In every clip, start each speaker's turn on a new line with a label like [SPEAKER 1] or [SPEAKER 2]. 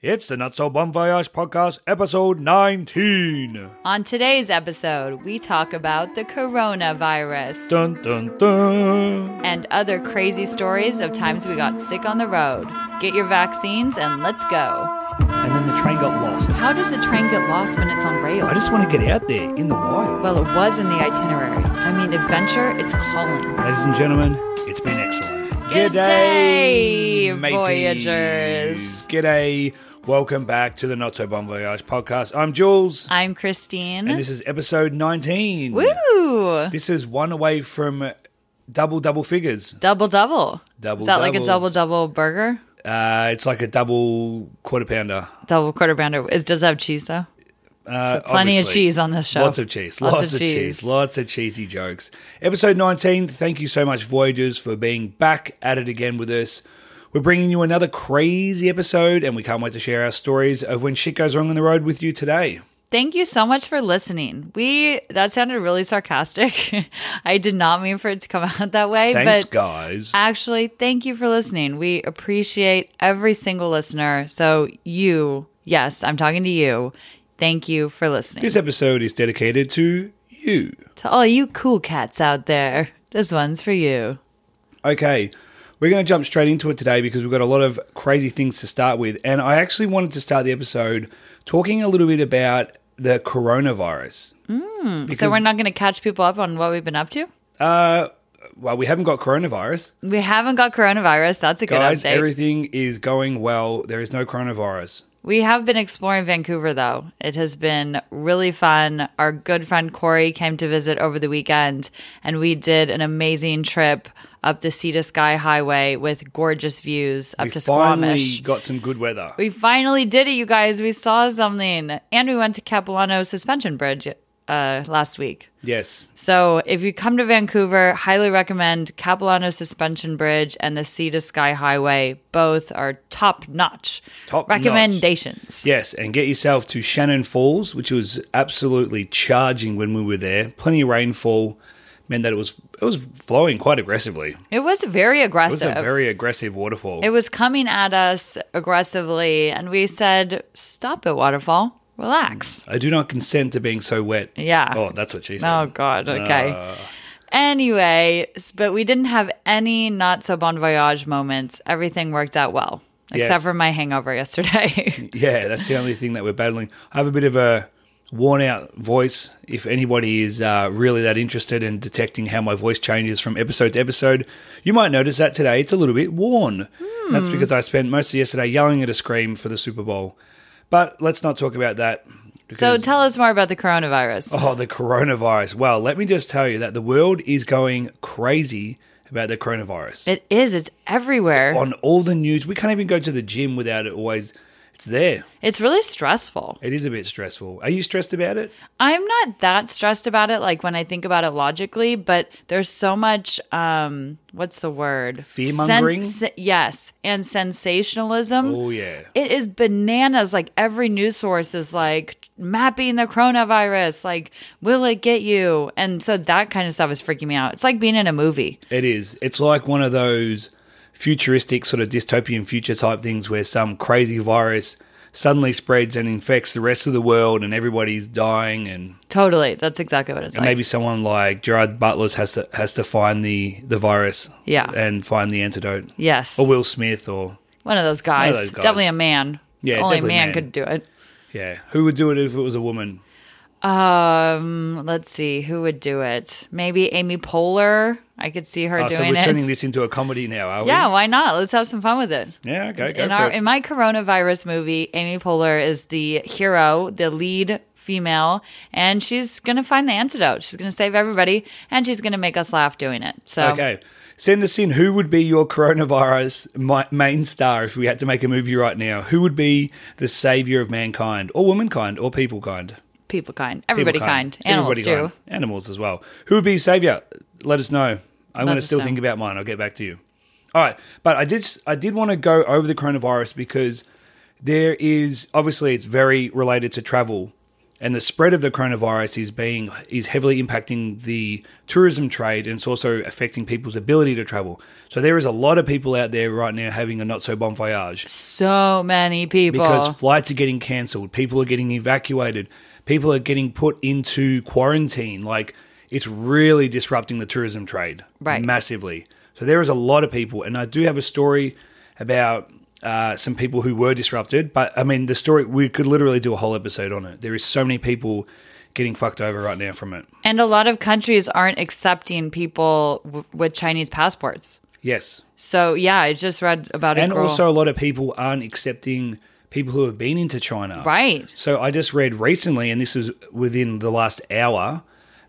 [SPEAKER 1] It's the Not So Bum Voyage podcast, episode 19.
[SPEAKER 2] On today's episode, we talk about the coronavirus
[SPEAKER 1] Dun dun dun.
[SPEAKER 2] and other crazy stories of times we got sick on the road. Get your vaccines and let's go.
[SPEAKER 1] And then the train got lost.
[SPEAKER 2] How does the train get lost when it's on
[SPEAKER 1] I
[SPEAKER 2] rails?
[SPEAKER 1] just want to get out there in the wild.
[SPEAKER 2] Well, it was in the itinerary. I mean, adventure, it's calling.
[SPEAKER 1] Ladies and gentlemen, it's been excellent.
[SPEAKER 2] Good day,
[SPEAKER 1] mateys.
[SPEAKER 2] voyagers.
[SPEAKER 1] G'day. Welcome back to the Not So Bum Voyage podcast. I'm Jules,
[SPEAKER 2] I'm Christine.
[SPEAKER 1] and this is episode 19.
[SPEAKER 2] Woo!
[SPEAKER 1] This is one away from double double figures.
[SPEAKER 2] Double double.
[SPEAKER 1] Double
[SPEAKER 2] Is that like a
[SPEAKER 1] double.
[SPEAKER 2] double double burger?
[SPEAKER 1] Uh, it's like a double quarter pounder.
[SPEAKER 2] Double quarter pounder. It does have cheese though.
[SPEAKER 1] Uh,
[SPEAKER 2] Plenty of
[SPEAKER 1] obviously.
[SPEAKER 2] cheese on this show.
[SPEAKER 1] Lots of cheese. Lots, of, cheese. Lots of cheesy jokes. Episode 19. Thank you so much, Voyagers, for being back at it again with us. We're bringing you another crazy episode, and we can't wait to share our stories of when shit goes wrong on the road with you today.
[SPEAKER 2] Thank you so much for listening. We that sounded really sarcastic. I did not mean for it to come out that way,
[SPEAKER 1] Thanks,
[SPEAKER 2] but
[SPEAKER 1] guys.
[SPEAKER 2] actually, thank you for listening. We appreciate every single listener. So you, yes, I'm talking to you. Thank you for listening.
[SPEAKER 1] This episode is dedicated to you.
[SPEAKER 2] to all you cool cats out there. This one's for you.
[SPEAKER 1] Okay, we're going to jump straight into it today because we've got a lot of crazy things to start with. And I actually wanted to start the episode talking a little bit about the coronavirus.
[SPEAKER 2] So we're not going to catch people up on what we've been up to.
[SPEAKER 1] Well, we haven't got coronavirus.
[SPEAKER 2] We haven't got coronavirus. That's a good
[SPEAKER 1] Guys,
[SPEAKER 2] update.
[SPEAKER 1] everything is going well. There is no coronavirus.
[SPEAKER 2] We have been exploring Vancouver, though. It has been really fun. Our good friend Corey came to visit over the weekend, and we did an amazing trip up the Sea to Sky Highway with gorgeous views up
[SPEAKER 1] We
[SPEAKER 2] to
[SPEAKER 1] finally
[SPEAKER 2] Squamish.
[SPEAKER 1] got some good weather.
[SPEAKER 2] we finally did it, you guys. We saw something. And we went to Capilano Suspension Bridge uh, last week.
[SPEAKER 1] Yes.
[SPEAKER 2] So if you come to Vancouver, highly recommend Capilano Suspension Bridge and the Sea to Sky Highway. Both are top notch
[SPEAKER 1] Top-notch.
[SPEAKER 2] recommendations.
[SPEAKER 1] Yes, and get yourself to Shannon Falls, which was absolutely charging when we were there. Plenty of rainfall meant that it was it was flowing quite aggressively.
[SPEAKER 2] It was very
[SPEAKER 1] It was
[SPEAKER 2] aggressive.
[SPEAKER 1] a very aggressive waterfall.
[SPEAKER 2] It was coming at us aggressively, and we said, "Stop it, waterfall. Relax."
[SPEAKER 1] I do not consent to being so wet.
[SPEAKER 2] Yeah.
[SPEAKER 1] Oh, that's what she said.
[SPEAKER 2] Oh God. Okay.
[SPEAKER 1] Uh.
[SPEAKER 2] Anyway, s- but we didn't have any not so bon voyage moments. Everything worked out well,
[SPEAKER 1] Yes.
[SPEAKER 2] except for my hangover yesterday.
[SPEAKER 1] Yeah, that's the only thing that we're battling. I have a bit of a worn out voice. If anybody is uh, really that interested in detecting how my voice changes from episode to episode, you might notice that today it's a little bit worn. That's because I spent most of yesterday yelling at a scream for the Super Bowl. But let's not talk about that.
[SPEAKER 2] so
[SPEAKER 1] because-
[SPEAKER 2] tell us more about the coronavirus.
[SPEAKER 1] Oh, the coronavirus. Well, let me just tell you that the world is going crazy about the coronavirus.
[SPEAKER 2] It is. It's everywhere.
[SPEAKER 1] On all the news, we can't even go to the gym without it always. It's there.
[SPEAKER 2] it's really stressful.
[SPEAKER 1] It is a bit stressful. Are you stressed about it?
[SPEAKER 2] I'm not that stressed about it, like when I think about it logically, but there's so much, um, what's the word?
[SPEAKER 1] Fear-mongering?
[SPEAKER 2] Sens- yes. And sensationalism.
[SPEAKER 1] Oh, yeah.
[SPEAKER 2] It is bananas. Like every news source is like mapping the coronavirus. Like, will it get you? And so that kind of stuff is freaking me out. It's like being in a movie.
[SPEAKER 1] It is. It's like one of those futuristic sort of dystopian future type things where some crazy virus suddenly spreads and infects the rest of the world and everybody's dying and,
[SPEAKER 2] Totally. That's exactly what it's
[SPEAKER 1] and
[SPEAKER 2] like.
[SPEAKER 1] maybe someone like Gerard Butler's has to has to find the, the virus
[SPEAKER 2] Yeah.
[SPEAKER 1] and find the antidote.
[SPEAKER 2] yes.
[SPEAKER 1] Or Will Smith or
[SPEAKER 2] one of those guys.
[SPEAKER 1] those guys.
[SPEAKER 2] Definitely a man.
[SPEAKER 1] Yeah,
[SPEAKER 2] Only a
[SPEAKER 1] definitely
[SPEAKER 2] man,
[SPEAKER 1] man.
[SPEAKER 2] could do it.
[SPEAKER 1] yeah. Who would do it if it was a woman?
[SPEAKER 2] Um, let's see who would do it. Maybe Amy Poehler. I could see her
[SPEAKER 1] Oh, so
[SPEAKER 2] doing
[SPEAKER 1] we're turning
[SPEAKER 2] it.
[SPEAKER 1] this into a comedy now, are we?
[SPEAKER 2] yeah, why not? Let's have some fun with it.
[SPEAKER 1] Yeah, okay, go
[SPEAKER 2] In
[SPEAKER 1] for
[SPEAKER 2] our
[SPEAKER 1] it.
[SPEAKER 2] in my coronavirus movie, Amy Poehler is the hero, the lead female, and she's gonna find the antidote. She's gonna save everybody, and she's gonna make us laugh doing it. So
[SPEAKER 1] Okay. Send us in who would be your coronavirus mi- main star if we had to make a movie right now. Who would be the savior of mankind or womankind or people kind?
[SPEAKER 2] people kind, everybody kind, animals
[SPEAKER 1] Everybody
[SPEAKER 2] too.
[SPEAKER 1] kind. Animals as well. Who would be your savior? Let us know. I'm going to
[SPEAKER 2] us
[SPEAKER 1] still
[SPEAKER 2] know.
[SPEAKER 1] think about mine. I'll get back to you. All right, but I did I did want to go over the coronavirus because there is obviously it's very related to travel and the spread of the coronavirus is being is heavily impacting the tourism trade and it's also affecting people's ability to travel. So there is a lot of people out there right now having a not so bon voyage
[SPEAKER 2] So many people.
[SPEAKER 1] because flights are getting cancelled, people are getting evacuated, people are getting put into quarantine. Like it's really disrupting the tourism trade
[SPEAKER 2] Right.
[SPEAKER 1] massively. So there is a lot of people, and I do have a story about uh, some people who were disrupted. But I mean, the story we could literally do a whole episode on it. There is so many people getting fucked over right now from it.
[SPEAKER 2] and a lot of countries aren't accepting people w- with Chinese passports.
[SPEAKER 1] Yes,
[SPEAKER 2] So yeah, I just read about it.
[SPEAKER 1] and also a lot of people aren't accepting people who have been into China.
[SPEAKER 2] right.
[SPEAKER 1] So I just read recently, and this was within the last hour,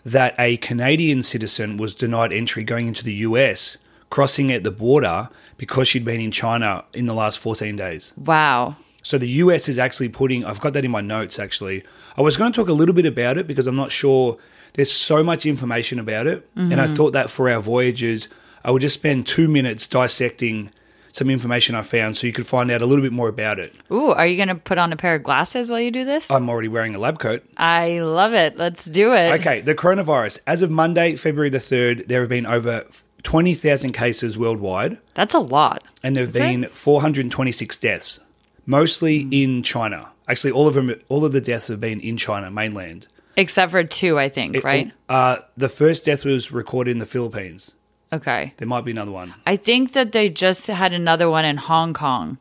[SPEAKER 1] that a Canadian citizen was denied entry going into the US, crossing at the border because she'd been in China in the last 14 days.
[SPEAKER 2] Wow.
[SPEAKER 1] So the US is actually putting, I've got that in my notes actually. I was going to talk a little bit about it because I'm not sure. There's so much information about it. And I thought that for our voyages, I would just spend two minutes dissecting some information I found so you could find out a little bit more about it.
[SPEAKER 2] Ooh, are you going to put on a pair of glasses while you do this?
[SPEAKER 1] I'm already wearing a lab coat.
[SPEAKER 2] I love it. Let's do it.
[SPEAKER 1] Okay, the coronavirus. As of Monday, February the 3rd, there have been over 20,000 cases worldwide
[SPEAKER 2] That's a lot.
[SPEAKER 1] and there have
[SPEAKER 2] Is it? Hmm.
[SPEAKER 1] been 426 deaths, mostly in China. Actually, all of them, all of the deaths have been in China mainland.
[SPEAKER 2] Except for two, I think, right?
[SPEAKER 1] Uh, the first death was recorded in the Philippines.
[SPEAKER 2] Okay.
[SPEAKER 1] There might be another one.
[SPEAKER 2] I think that they just had another one in Hong Kong,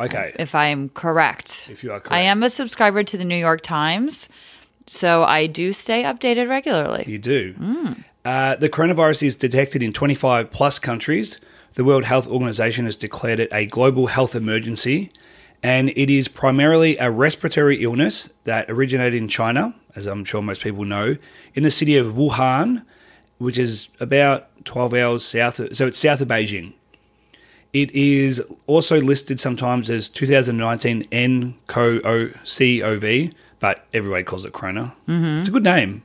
[SPEAKER 1] Okay.
[SPEAKER 2] if I am correct.
[SPEAKER 1] If you are correct.
[SPEAKER 2] I am a subscriber to the New York Times, so I do stay updated regularly.
[SPEAKER 1] You do. Uh, the coronavirus is detected in 25 plus countries. The World Health Organization has declared it a global health emergency, and it is primarily a respiratory illness that originated in China, as I'm sure most people know, in the city of Wuhan, which is about 12 hours south. Of, so it's south of Beijing. It is also listed sometimes as 2019 NCOV, but everybody calls it Corona. It's a good name.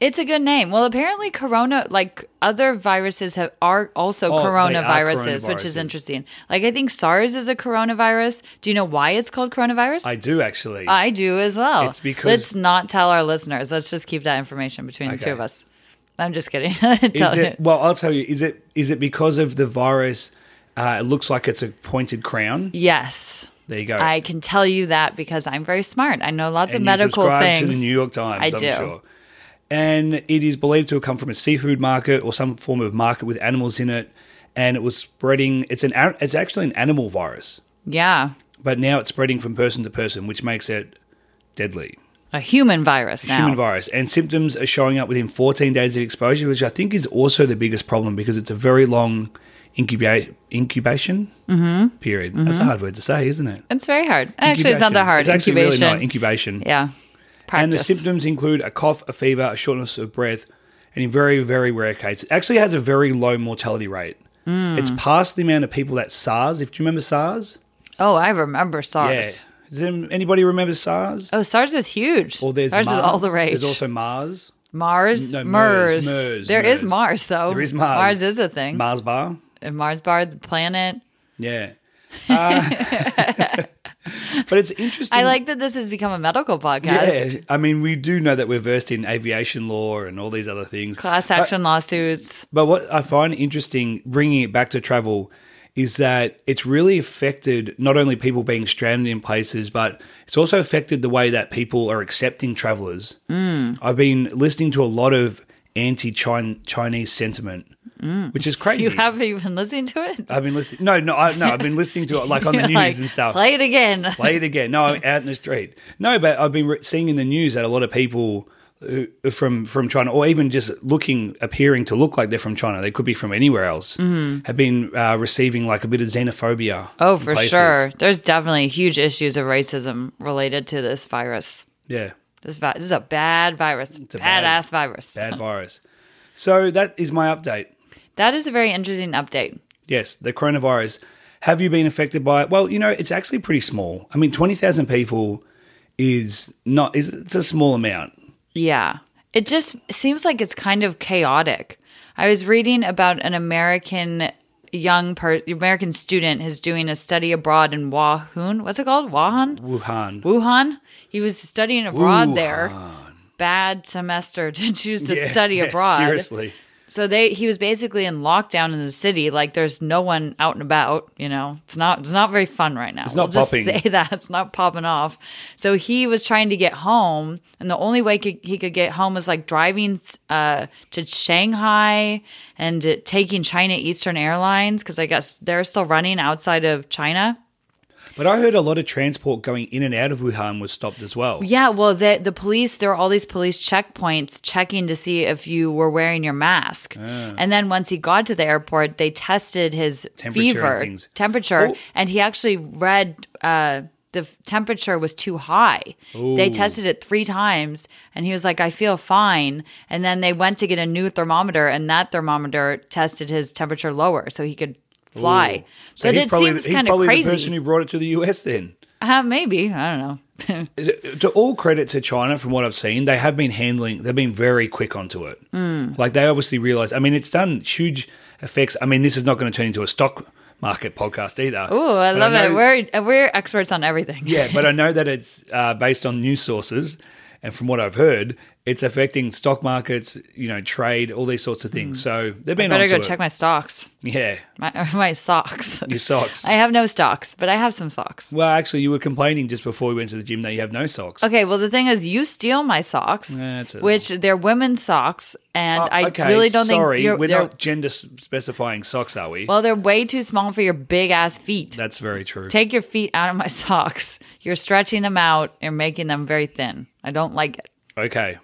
[SPEAKER 2] It's a good name. Well, apparently, corona, like other viruses, have are also
[SPEAKER 1] Oh, they are
[SPEAKER 2] coronaviruses, which is
[SPEAKER 1] coronaviruses.
[SPEAKER 2] interesting. Like, I think SARS is a coronavirus. Do you know why it's called coronavirus?
[SPEAKER 1] I do actually.
[SPEAKER 2] I do as well.
[SPEAKER 1] It's because-
[SPEAKER 2] let's not tell our listeners. Let's just keep that information between the
[SPEAKER 1] Okay.
[SPEAKER 2] two of us. I'm just kidding. Tell-
[SPEAKER 1] Is it? Well, I'll tell you. Is it? Is it because of the virus? Uh, it looks like it's a pointed crown.
[SPEAKER 2] Yes,
[SPEAKER 1] There you go.
[SPEAKER 2] I can tell you that because I'm very smart. I know lots
[SPEAKER 1] And
[SPEAKER 2] of
[SPEAKER 1] you
[SPEAKER 2] medical
[SPEAKER 1] subscribe
[SPEAKER 2] things.
[SPEAKER 1] to the New York Times.
[SPEAKER 2] I
[SPEAKER 1] am
[SPEAKER 2] do.
[SPEAKER 1] Sure. And it is believed to have come from a seafood market or some form of market with animals in it, and it was spreading. It's an. a- It's actually an animal virus,
[SPEAKER 2] Yeah,
[SPEAKER 1] but now it's spreading from person to person, which makes it deadly.
[SPEAKER 2] a human virus now.
[SPEAKER 1] Human virus and symptoms are showing up within 14 days of exposure, which I think is also the biggest problem because it's a very long incuba- incubation period. That's a hard word to say, isn't it?
[SPEAKER 2] it's very hard. Mm-hmm. Actually, it's
[SPEAKER 1] Incubation.
[SPEAKER 2] not that hard.
[SPEAKER 1] It's actually really
[SPEAKER 2] Incubation.
[SPEAKER 1] not. incubation.
[SPEAKER 2] yeah. Practice.
[SPEAKER 1] And the symptoms include a cough, a fever, a shortness of breath, and in very, very rare cases, it actually has a very low mortality rate.
[SPEAKER 2] Hmm.
[SPEAKER 1] It's past the amount of people that SARS. If do you remember SARS,
[SPEAKER 2] oh, I remember
[SPEAKER 1] yeah.
[SPEAKER 2] SARS.
[SPEAKER 1] Does any- anybody remember SArs?
[SPEAKER 2] Oh, SARS is huge.
[SPEAKER 1] Or there's
[SPEAKER 2] SARS
[SPEAKER 1] Mars.
[SPEAKER 2] is all the rage.
[SPEAKER 1] There's also Mars.
[SPEAKER 2] Mars,
[SPEAKER 1] No, MERS,
[SPEAKER 2] MERS.
[SPEAKER 1] MERS,
[SPEAKER 2] There is
[SPEAKER 1] MERS.
[SPEAKER 2] Mars, though.
[SPEAKER 1] There is Mars.
[SPEAKER 2] Mars is a thing.
[SPEAKER 1] Mars bar.
[SPEAKER 2] And Mars bar, the planet.
[SPEAKER 1] Yeah. Uh, but it's interesting.
[SPEAKER 2] I like that this has become a medical podcast.
[SPEAKER 1] Yeah, I mean, we do know that we're versed in aviation law and all these other things.
[SPEAKER 2] Class action lawsuits.
[SPEAKER 1] But what I find interesting, bringing it back to travel, is that it's really affected not only people being stranded in places, but it's also affected the way that people are accepting travelers. Mm. I've been listening to a lot of anti-Chinese sentiment, which is crazy.
[SPEAKER 2] Mm. You haven't even listened to it?
[SPEAKER 1] I've been listening. No, no, I, no. I've been listening to it like on the news
[SPEAKER 2] Like,
[SPEAKER 1] and stuff.
[SPEAKER 2] Play it again.
[SPEAKER 1] play it again. No, I'm out in the street. No, but I've been re- seeing in the news that a lot of people who, from from China, or even just looking appearing to look like they're from China, they could be from anywhere else, have been uh, receiving like a bit of xenophobia.
[SPEAKER 2] Mm-hmm. Oh,
[SPEAKER 1] in
[SPEAKER 2] for
[SPEAKER 1] places.
[SPEAKER 2] sure. There's definitely huge issues of racism related to this virus.
[SPEAKER 1] Yeah,
[SPEAKER 2] This, vi- this is a bad virus.
[SPEAKER 1] a
[SPEAKER 2] Badass
[SPEAKER 1] bad-
[SPEAKER 2] virus.
[SPEAKER 1] bad virus. So that is my update.
[SPEAKER 2] That is a very interesting update.
[SPEAKER 1] Yes, the coronavirus. Have you been affected by it? Well, you know, it's actually pretty small. I mean, twenty thousand people is not is it's a small amount.
[SPEAKER 2] Yeah. It just seems like it's kind of chaotic. I was reading about an American young per- American student is doing a study abroad in Wuhan. What's it called? Wuhan?
[SPEAKER 1] Wuhan.
[SPEAKER 2] Wuhan. He was studying abroad there. Bad semester to choose to
[SPEAKER 1] Yeah,
[SPEAKER 2] study abroad.
[SPEAKER 1] Seriously.
[SPEAKER 2] So they he was basically in lockdown in the city. Like there's no one out and about. You know, it's not it's not very fun right now. It's
[SPEAKER 1] not
[SPEAKER 2] we'll
[SPEAKER 1] popping.
[SPEAKER 2] Just say that it's not popping off. So he was trying to get home, and the only way could, he could get home was like driving uh, to Shanghai and uh, taking China Eastern Airlines because I guess they're still running outside of China.
[SPEAKER 1] But I heard a lot of transport going in and out of Wuhan was stopped as well.
[SPEAKER 2] Yeah, well, the the police there were all these police checkpoints checking to see if you were wearing your mask,
[SPEAKER 1] Ah.
[SPEAKER 2] and then once he got to the airport, they tested his
[SPEAKER 1] Temperature and
[SPEAKER 2] fever
[SPEAKER 1] things.
[SPEAKER 2] temperature,
[SPEAKER 1] Oh.
[SPEAKER 2] and he actually read uh, the f- temperature was too high. They tested it three times, and he was like, "I feel fine." And then they went to get a new thermometer, and that thermometer tested his temperature lower, so he could fly.
[SPEAKER 1] So
[SPEAKER 2] but
[SPEAKER 1] he's
[SPEAKER 2] it
[SPEAKER 1] probably,
[SPEAKER 2] seems
[SPEAKER 1] he's
[SPEAKER 2] kind of
[SPEAKER 1] probably the person
[SPEAKER 2] crazy.
[SPEAKER 1] who brought it to the US then.
[SPEAKER 2] uh, maybe I don't know.
[SPEAKER 1] to all credit to China, from what I've seen, they have been handling. They've been very quick onto it.
[SPEAKER 2] Hmm.
[SPEAKER 1] Like they obviously realize. I mean, it's done huge effects. I mean, this is not going to turn into a stock market podcast either.
[SPEAKER 2] Oh, I
[SPEAKER 1] But
[SPEAKER 2] love it.
[SPEAKER 1] know-
[SPEAKER 2] We're we're experts on everything.
[SPEAKER 1] yeah, but I know that it's uh, based on news sources, and from what I've heard, it's affecting stock markets. You know, trade, all these sorts of things. So they've been
[SPEAKER 2] Hmm. Better
[SPEAKER 1] onto
[SPEAKER 2] go
[SPEAKER 1] it.
[SPEAKER 2] check my stocks.
[SPEAKER 1] yeah,
[SPEAKER 2] My my socks.
[SPEAKER 1] your socks.
[SPEAKER 2] I have no stocks, but I have some socks.
[SPEAKER 1] well, actually, you were complaining just before we went to the gym that you have no socks.
[SPEAKER 2] Okay, well the thing is you steal my socks,
[SPEAKER 1] That's it.
[SPEAKER 2] which they're women's socks and
[SPEAKER 1] Oh,
[SPEAKER 2] I really don't
[SPEAKER 1] sorry,
[SPEAKER 2] think you're,
[SPEAKER 1] we're
[SPEAKER 2] they're,
[SPEAKER 1] not gender specifying socks, are we?
[SPEAKER 2] well they're way too small for your big ass feet.
[SPEAKER 1] That's very true.
[SPEAKER 2] Take your feet out of my socks. You're stretching them out, you're making them very thin. I don't like it.
[SPEAKER 1] Okay.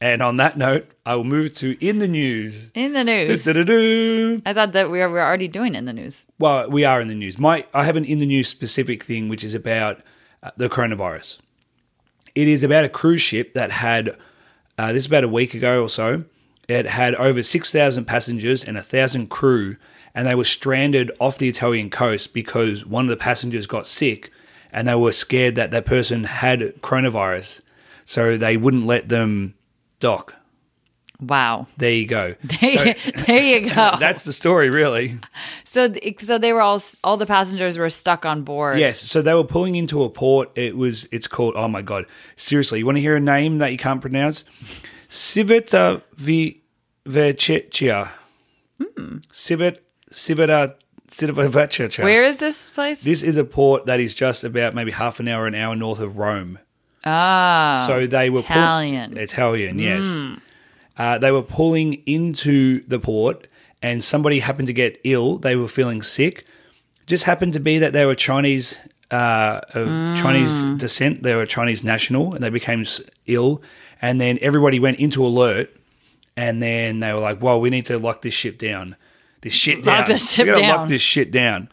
[SPEAKER 1] And on that note, I will move to in the news.
[SPEAKER 2] In the news.
[SPEAKER 1] Du-du-du-du.
[SPEAKER 2] I thought that we were, we were already doing it in the news.
[SPEAKER 1] Well, we are in the news. My, I have an in the news specific thing, which is about uh, the coronavirus. It is about a cruise ship that had uh, this is about a week ago or so. It had over six thousand passengers and thousand crew, and they were stranded off the Italian coast because one of the passengers got sick, and they were scared that that person had coronavirus, so they wouldn't let them dock.
[SPEAKER 2] Wow.
[SPEAKER 1] There you go.
[SPEAKER 2] There, you go.
[SPEAKER 1] That's the story, really.
[SPEAKER 2] So, th- so they were all all the passengers were stuck on board.
[SPEAKER 1] Yes. So they were pulling into a port. It was. It's called. Oh my god. Seriously, you want to hear a name that you can't pronounce? Civita V Vecchia. Civit Civita Civita Vecchia.
[SPEAKER 2] Where is this place?
[SPEAKER 1] This is a port that is just about maybe half an hour, an hour north of Rome.
[SPEAKER 2] Ah,
[SPEAKER 1] So they were pull-
[SPEAKER 2] Italian. Hmm.
[SPEAKER 1] Italian, yes. Uh, they were pulling into the port, and somebody happened to get ill. They were feeling sick. Just happened to be that they were Chinese uh, of
[SPEAKER 2] Hmm.
[SPEAKER 1] Chinese descent. They were Chinese national, and they became s- ill. And then everybody went into alert, and then they were like, "Well, we need to lock this ship down. This shit down.
[SPEAKER 2] Lock this ship
[SPEAKER 1] we gotta
[SPEAKER 2] down."
[SPEAKER 1] lock this shit down."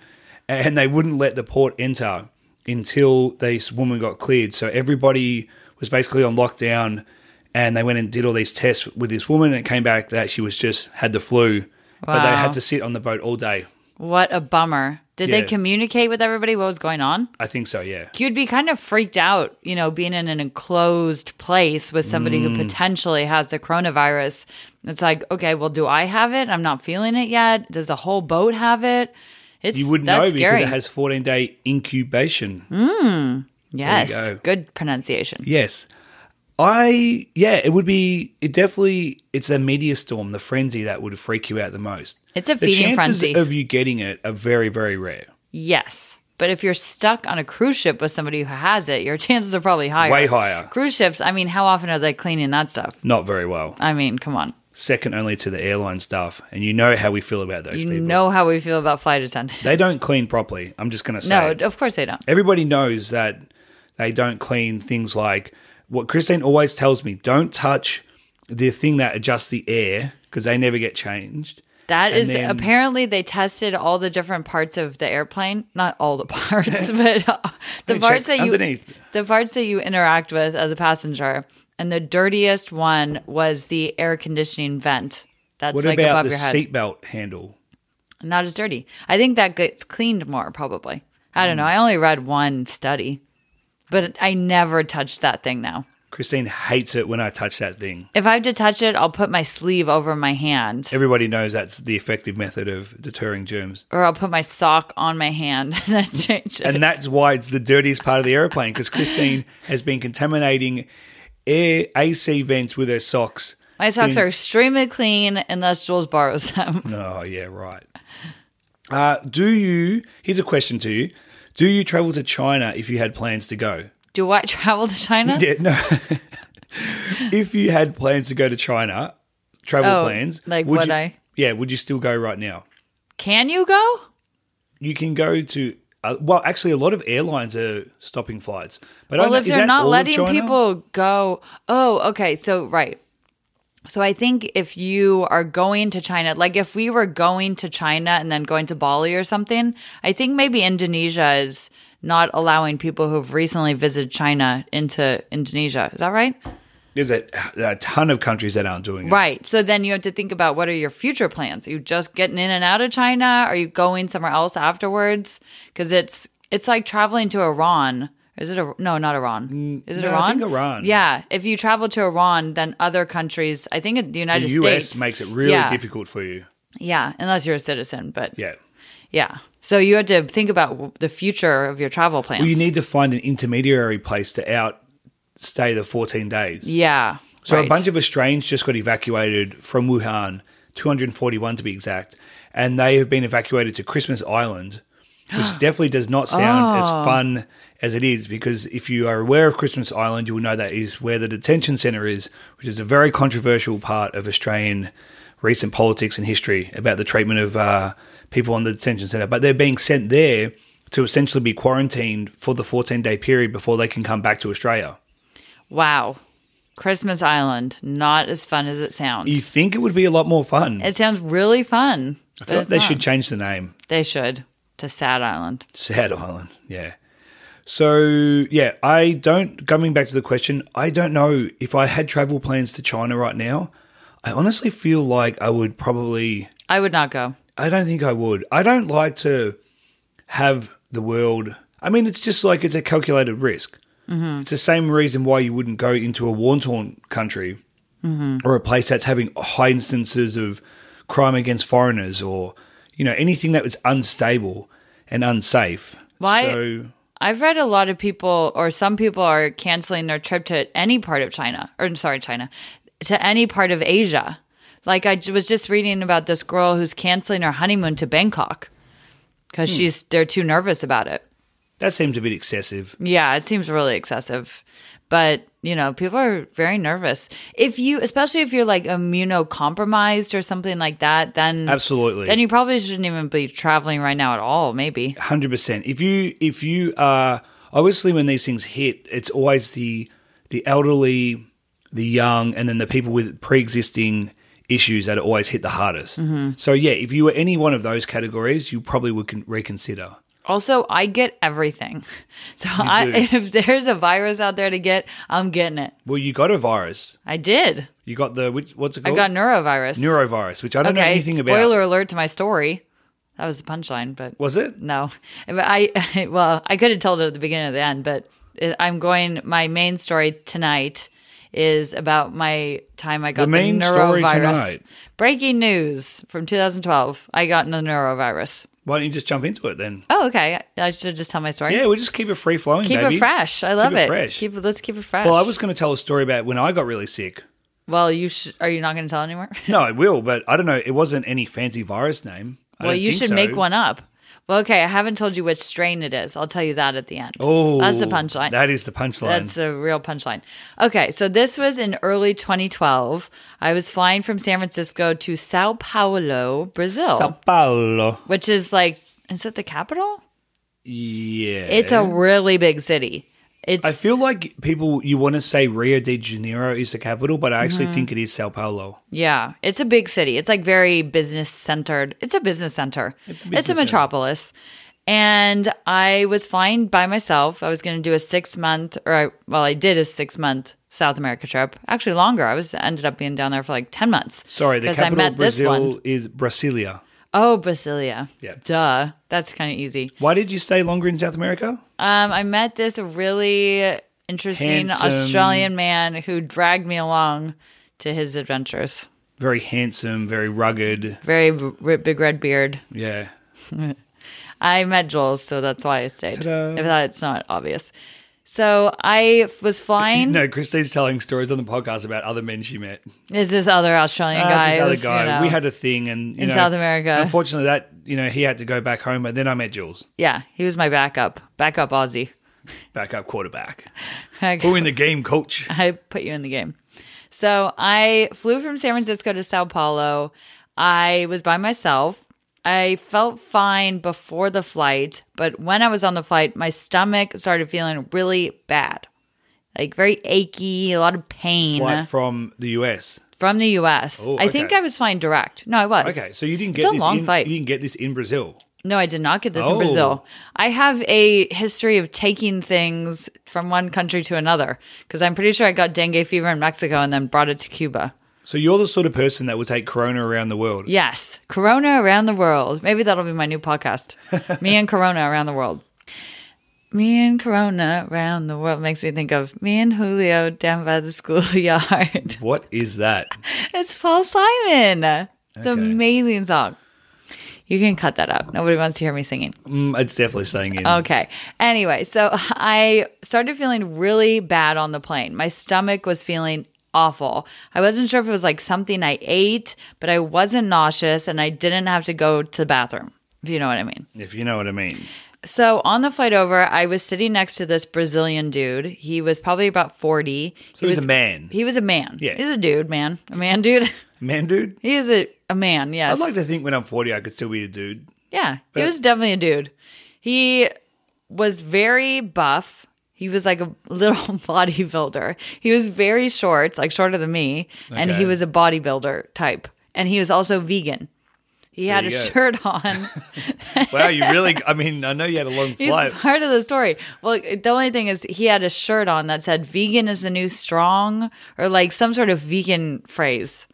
[SPEAKER 1] And they wouldn't let the port enter until this woman got cleared. So everybody was basically on lockdown, and they went and did all these tests with this woman, and it came back that she was just had the flu, but they
[SPEAKER 2] Wow.
[SPEAKER 1] had to sit on the boat all day.
[SPEAKER 2] what a bummer! Did they
[SPEAKER 1] Yeah.
[SPEAKER 2] communicate with everybody what was going on?
[SPEAKER 1] I think so, yeah.
[SPEAKER 2] You'd be kind of freaked out, you know, being in an enclosed place with somebody
[SPEAKER 1] Mm.
[SPEAKER 2] who potentially has the coronavirus. It's like, okay, well, do I have it? I'm not feeling it yet. Does the whole boat have it? It's
[SPEAKER 1] You wouldn't
[SPEAKER 2] that's
[SPEAKER 1] know because
[SPEAKER 2] scary. Hmm.
[SPEAKER 1] it has 14 day incubation.
[SPEAKER 2] yes,
[SPEAKER 1] go.
[SPEAKER 2] good pronunciation.
[SPEAKER 1] Yes. I yeah, it would be it definitely it's a media storm, the frenzy that would freak you out the most.
[SPEAKER 2] It's a
[SPEAKER 1] the
[SPEAKER 2] feeding
[SPEAKER 1] chances
[SPEAKER 2] frenzy.
[SPEAKER 1] of you getting it are very very rare.
[SPEAKER 2] Yes. But if you're stuck on a cruise ship with somebody who has it, your chances are probably higher.
[SPEAKER 1] Way higher.
[SPEAKER 2] Cruise ships, I mean, how often are they cleaning that stuff?
[SPEAKER 1] Not very well.
[SPEAKER 2] I mean, come on.
[SPEAKER 1] Second only to the airline staff, and you know how we feel about those
[SPEAKER 2] You
[SPEAKER 1] people.
[SPEAKER 2] know how we feel about flight attendants.
[SPEAKER 1] They don't clean properly. I'm just going to say.
[SPEAKER 2] No,
[SPEAKER 1] it.
[SPEAKER 2] of course they don't.
[SPEAKER 1] Everybody knows that they don't clean things like what Christine always tells me, don't touch the thing that adjusts the air because they never get changed.
[SPEAKER 2] That
[SPEAKER 1] And
[SPEAKER 2] is
[SPEAKER 1] then-
[SPEAKER 2] apparently they tested all the different parts of the airplane, not all the parts, but uh, the
[SPEAKER 1] me
[SPEAKER 2] parts
[SPEAKER 1] check
[SPEAKER 2] that you
[SPEAKER 1] underneath.
[SPEAKER 2] the parts that you interact with as a passenger. And the dirtiest one was the air conditioning vent. That's
[SPEAKER 1] What
[SPEAKER 2] like
[SPEAKER 1] about
[SPEAKER 2] above
[SPEAKER 1] the
[SPEAKER 2] your head.
[SPEAKER 1] seatbelt handle?
[SPEAKER 2] not as dirty. I think that gets cleaned more probably.
[SPEAKER 1] Hmm.
[SPEAKER 2] I don't know. I only read one study, but I never touched that thing now.
[SPEAKER 1] Christine hates it when I touch that thing.
[SPEAKER 2] If I have to touch it, I'll put my sleeve over my hand,
[SPEAKER 1] Everybody knows that's the effective method of deterring germs.
[SPEAKER 2] or I'll put my sock on my hand. that changes.
[SPEAKER 1] And that's why it's the dirtiest part of the airplane because Christine has been contaminating air AC vents with her socks.
[SPEAKER 2] my socks are
[SPEAKER 1] since-
[SPEAKER 2] extremely clean unless Jules borrows them.
[SPEAKER 1] Oh yeah, right. Uh, do you? Here's a question to you: Do you travel to China if you had plans to go?
[SPEAKER 2] Do I travel to China?
[SPEAKER 1] Yeah, no. if you had plans to go to China, travel
[SPEAKER 2] Oh,
[SPEAKER 1] plans,
[SPEAKER 2] like, would
[SPEAKER 1] you,
[SPEAKER 2] I?
[SPEAKER 1] Yeah, would you still go right now?
[SPEAKER 2] Can you go?
[SPEAKER 1] You can go to. Uh, well, actually, a lot of airlines are stopping flights. But I
[SPEAKER 2] Well,
[SPEAKER 1] don't know-
[SPEAKER 2] if
[SPEAKER 1] is
[SPEAKER 2] they're
[SPEAKER 1] that
[SPEAKER 2] not
[SPEAKER 1] all of
[SPEAKER 2] letting
[SPEAKER 1] China?
[SPEAKER 2] people go, oh, okay. So right. So I think if you are going to China, like if we were going to China and then going to Bali or something, I think maybe Indonesia is not allowing people who've recently visited China into Indonesia. Is that right?
[SPEAKER 1] there's a, a ton of countries that aren't doing it.
[SPEAKER 2] Right. So then you have to think about what are your future plans? Are you just getting in and out of China? Are you going somewhere else afterwards? Because it's it's like traveling to Iran. Is it a, no? Not Iran. Is it
[SPEAKER 1] no, I
[SPEAKER 2] Iran?
[SPEAKER 1] think Iran.
[SPEAKER 2] Yeah. If you travel to Iran, then other countries. I think the
[SPEAKER 1] The
[SPEAKER 2] United
[SPEAKER 1] US
[SPEAKER 2] States
[SPEAKER 1] makes it really
[SPEAKER 2] yeah,
[SPEAKER 1] difficult for you.
[SPEAKER 2] Yeah, unless you're a citizen. But yeah.
[SPEAKER 1] Yeah.
[SPEAKER 2] So you had to think about w- the future of your travel plans.
[SPEAKER 1] Well, you need to find an intermediary place to outstay the 14 days.
[SPEAKER 2] Yeah.
[SPEAKER 1] So
[SPEAKER 2] right.
[SPEAKER 1] a bunch of Australians just got evacuated from Wuhan, 241 to be exact, and they have been evacuated to Christmas Island, which definitely does not sound as fun as it is because if you are aware of Christmas Island, you will know that is where the detention center is, which is a very controversial part of Australian recent politics and history about the treatment of uh, people on the detention center. But they're being sent there to essentially be quarantined for the 14 day period before they can come back to Australia.
[SPEAKER 2] wow. Christmas Island, not as fun as it sounds.
[SPEAKER 1] You think it would be a lot more fun.
[SPEAKER 2] It sounds really fun.
[SPEAKER 1] I feel like they should change the name.
[SPEAKER 2] They should to Sad Island.
[SPEAKER 1] Sad Island. Yeah. So yeah, I don't coming back to the question, I don't know if I had travel plans to China right now, I honestly feel like I would probably
[SPEAKER 2] I would not go.
[SPEAKER 1] I don't think I would. I don't like to have the world I mean it's just like it's a calculated risk.
[SPEAKER 2] Mm-hmm.
[SPEAKER 1] It's the same reason why you wouldn't go into a war torn country
[SPEAKER 2] Mm-hmm.
[SPEAKER 1] or a place that's having high instances of crime against foreigners or you know anything that was unstable and unsafe.
[SPEAKER 2] Why-
[SPEAKER 1] So
[SPEAKER 2] I've read a lot of people, or some people are canceling their trip to any part of China, or I'm sorry, China, to any part of Asia. Like I j- was just reading about this girl who's canceling her honeymoon to Bangkok because
[SPEAKER 1] Hmm.
[SPEAKER 2] she's they're too nervous about it.
[SPEAKER 1] that seems a bit excessive.
[SPEAKER 2] Yeah, it seems really excessive. But, you know, people are very nervous. If you, especially if you're like immunocompromised or something like that, then
[SPEAKER 1] Absolutely.
[SPEAKER 2] Mm. Then you probably shouldn't even be traveling right now at all, maybe.
[SPEAKER 1] hundred percent. If you if you are obviously when these things hit, it's always the the elderly, the young, and then the people with pre existing issues that are always hit the hardest.
[SPEAKER 2] Mm-hmm.
[SPEAKER 1] So yeah, if you were any one of those categories, you probably would con- reconsider.
[SPEAKER 2] Also, I get everything. So I,
[SPEAKER 1] do.
[SPEAKER 2] if there's a virus out there to get, I'm getting it.
[SPEAKER 1] Well, you got a virus.
[SPEAKER 2] I did.
[SPEAKER 1] You got the which, what's it
[SPEAKER 2] I
[SPEAKER 1] called?
[SPEAKER 2] got neurovirus.
[SPEAKER 1] neurovirus, which I don't know
[SPEAKER 2] okay,
[SPEAKER 1] anything
[SPEAKER 2] spoiler
[SPEAKER 1] about.
[SPEAKER 2] alert to my story. That was the punchline, but
[SPEAKER 1] Was it?
[SPEAKER 2] no. But I, well, I could have told it at the beginning of the end, but it- I'm going, my main story tonight is about my time I got the,
[SPEAKER 1] main story
[SPEAKER 2] neurovirus.
[SPEAKER 1] tonight.
[SPEAKER 2] Breaking news from 2012. I got the neurovirus.
[SPEAKER 1] Why don't you just jump into it then?
[SPEAKER 2] Oh, okay. I should just tell my story.
[SPEAKER 1] Yeah, we'll just keep it free flowing,
[SPEAKER 2] Keep
[SPEAKER 1] baby.
[SPEAKER 2] it fresh. I love
[SPEAKER 1] it
[SPEAKER 2] it.
[SPEAKER 1] fresh.
[SPEAKER 2] Keep let's keep it fresh.
[SPEAKER 1] Well, I was going to tell a story about when I got really sick.
[SPEAKER 2] Well, you sh- are you not going to tell anymore?
[SPEAKER 1] No, I will, but I don't know. It wasn't any fancy virus name. I
[SPEAKER 2] well,
[SPEAKER 1] don't
[SPEAKER 2] you
[SPEAKER 1] think
[SPEAKER 2] should
[SPEAKER 1] so.
[SPEAKER 2] make one up. Well, okay. I haven't told you which strain it is. I'll tell you that at the end.
[SPEAKER 1] Oh,
[SPEAKER 2] that's the punchline.
[SPEAKER 1] That is the punchline.
[SPEAKER 2] That's the real punchline. Okay, so this was in early 2012. I was flying from San Francisco to Sao Paulo, Brazil,
[SPEAKER 1] Sao Paulo.
[SPEAKER 2] which is like, is it the capital?
[SPEAKER 1] Yeah.
[SPEAKER 2] It's a really big city. It's
[SPEAKER 1] I feel like people, you want to say Rio de Janeiro is the capital, but I
[SPEAKER 2] Mm.
[SPEAKER 1] actually think it is Sao Paulo.
[SPEAKER 2] Yeah, it's a big city. It's like very business centered. It's a business center. It's a,
[SPEAKER 1] business center.
[SPEAKER 2] metropolis. And I was flying by myself. I was going to do a six month, or I, well, I did a six month South America trip. Actually, longer. I was ended up being down there for like ten months.
[SPEAKER 1] Sorry, the
[SPEAKER 2] 'Cause
[SPEAKER 1] capital of Brazil is Brasilia.
[SPEAKER 2] Oh, Brasilia.
[SPEAKER 1] Yep.
[SPEAKER 2] Duh. That's kind of easy.
[SPEAKER 1] Why did you stay longer in South America?
[SPEAKER 2] Um, I met this really interesting
[SPEAKER 1] Handsome.
[SPEAKER 2] Australian man who dragged me along to his adventures.
[SPEAKER 1] Very handsome, very rugged.
[SPEAKER 2] Very r- big red beard.
[SPEAKER 1] Yeah.
[SPEAKER 2] I met Jules, so that's why I stayed.
[SPEAKER 1] Ta-da.
[SPEAKER 2] If that's not obvious. So I f- was flying.
[SPEAKER 1] No, Christine's telling stories on the podcast about other men she met.
[SPEAKER 2] Is this other Australian
[SPEAKER 1] Ah,
[SPEAKER 2] guy?
[SPEAKER 1] it's this
[SPEAKER 2] was,
[SPEAKER 1] other guy.
[SPEAKER 2] you know-
[SPEAKER 1] We had a thing, and you
[SPEAKER 2] In
[SPEAKER 1] know,
[SPEAKER 2] South America.
[SPEAKER 1] Unfortunately, that you know he had to go back home, but then I met Jules,
[SPEAKER 2] yeah, he was my backup, backup Aussie.
[SPEAKER 1] backup quarterback.
[SPEAKER 2] Like,
[SPEAKER 1] Who in the game, coach?
[SPEAKER 2] I put you in the game. So I flew from San Francisco to Sao Paulo. I was by myself. I felt fine before the flight, but when I was on the flight, my stomach started feeling really bad. Like very achy, a lot of pain
[SPEAKER 1] Flight from the US.
[SPEAKER 2] from the US.
[SPEAKER 1] Oh,
[SPEAKER 2] I think
[SPEAKER 1] okay.
[SPEAKER 2] I was flying direct. No, I was.
[SPEAKER 1] Okay, so you didn't
[SPEAKER 2] It's
[SPEAKER 1] get
[SPEAKER 2] a
[SPEAKER 1] this
[SPEAKER 2] long
[SPEAKER 1] in,
[SPEAKER 2] flight.
[SPEAKER 1] You didn't get this in Brazil.
[SPEAKER 2] No, I did not get this
[SPEAKER 1] Oh.
[SPEAKER 2] in Brazil. I have a history of taking things from one country to another because I'm pretty sure I got dengue fever in Mexico and then brought it to Cuba.
[SPEAKER 1] So you're the sort of person that will take Corona around the world.
[SPEAKER 2] Yes, Corona around the world. Maybe that'll be my new podcast. me and Corona around the world. Me and Corona around the world makes me think of me and Julio down by the schoolyard.
[SPEAKER 1] What is that?
[SPEAKER 2] it's Paul Simon. It's an
[SPEAKER 1] Okay.
[SPEAKER 2] amazing song. You can cut that out. Nobody wants to hear me singing.
[SPEAKER 1] Mm, it's definitely staying in.
[SPEAKER 2] Okay. Anyway, so I started feeling really bad on the plane. My stomach was feeling awful. I wasn't sure if it was like something I ate, but I wasn't nauseous and I didn't have to go to the bathroom, if you know what I mean.
[SPEAKER 1] if you know what I mean.
[SPEAKER 2] So on the flight over, I was sitting next to this Brazilian dude. He was probably about 40.
[SPEAKER 1] So he's a man.
[SPEAKER 2] He was a man.
[SPEAKER 1] Yeah.
[SPEAKER 2] He's a dude, man. A man, dude.
[SPEAKER 1] Man, dude.
[SPEAKER 2] he is a, a man, yes.
[SPEAKER 1] I'd like to think when I'm 40, I could still be a dude.
[SPEAKER 2] Yeah, he was definitely a dude. He was very buff. He was like a little bodybuilder. He was very short, like shorter than me, and
[SPEAKER 1] Okay.
[SPEAKER 2] he was a bodybuilder type. And he was also vegan. He had a
[SPEAKER 1] you go.
[SPEAKER 2] shirt on.
[SPEAKER 1] Wow, you really, I mean, I know you had a long
[SPEAKER 2] He's
[SPEAKER 1] flight.
[SPEAKER 2] part of the story. Well, the only thing is he had a shirt on that said vegan is the new strong or like some sort of vegan phrase.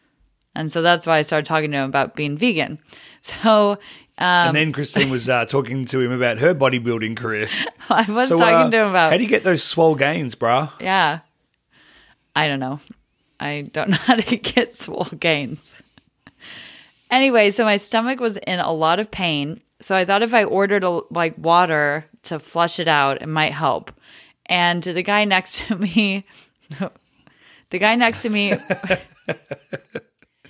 [SPEAKER 2] And so that's why I started talking to him about being vegan. So
[SPEAKER 1] and then Christine was uh, talking to him about her bodybuilding career.
[SPEAKER 2] I was
[SPEAKER 1] So,
[SPEAKER 2] talking
[SPEAKER 1] uh,
[SPEAKER 2] to him about
[SPEAKER 1] how do you get those swole gains, brah?
[SPEAKER 2] Yeah. I don't know. I don't know how to get swole gains. Anyway, so my stomach was in a lot of pain. So I thought if I ordered a, like water to flush it out, it might help. And the guy next to me, the guy next to me,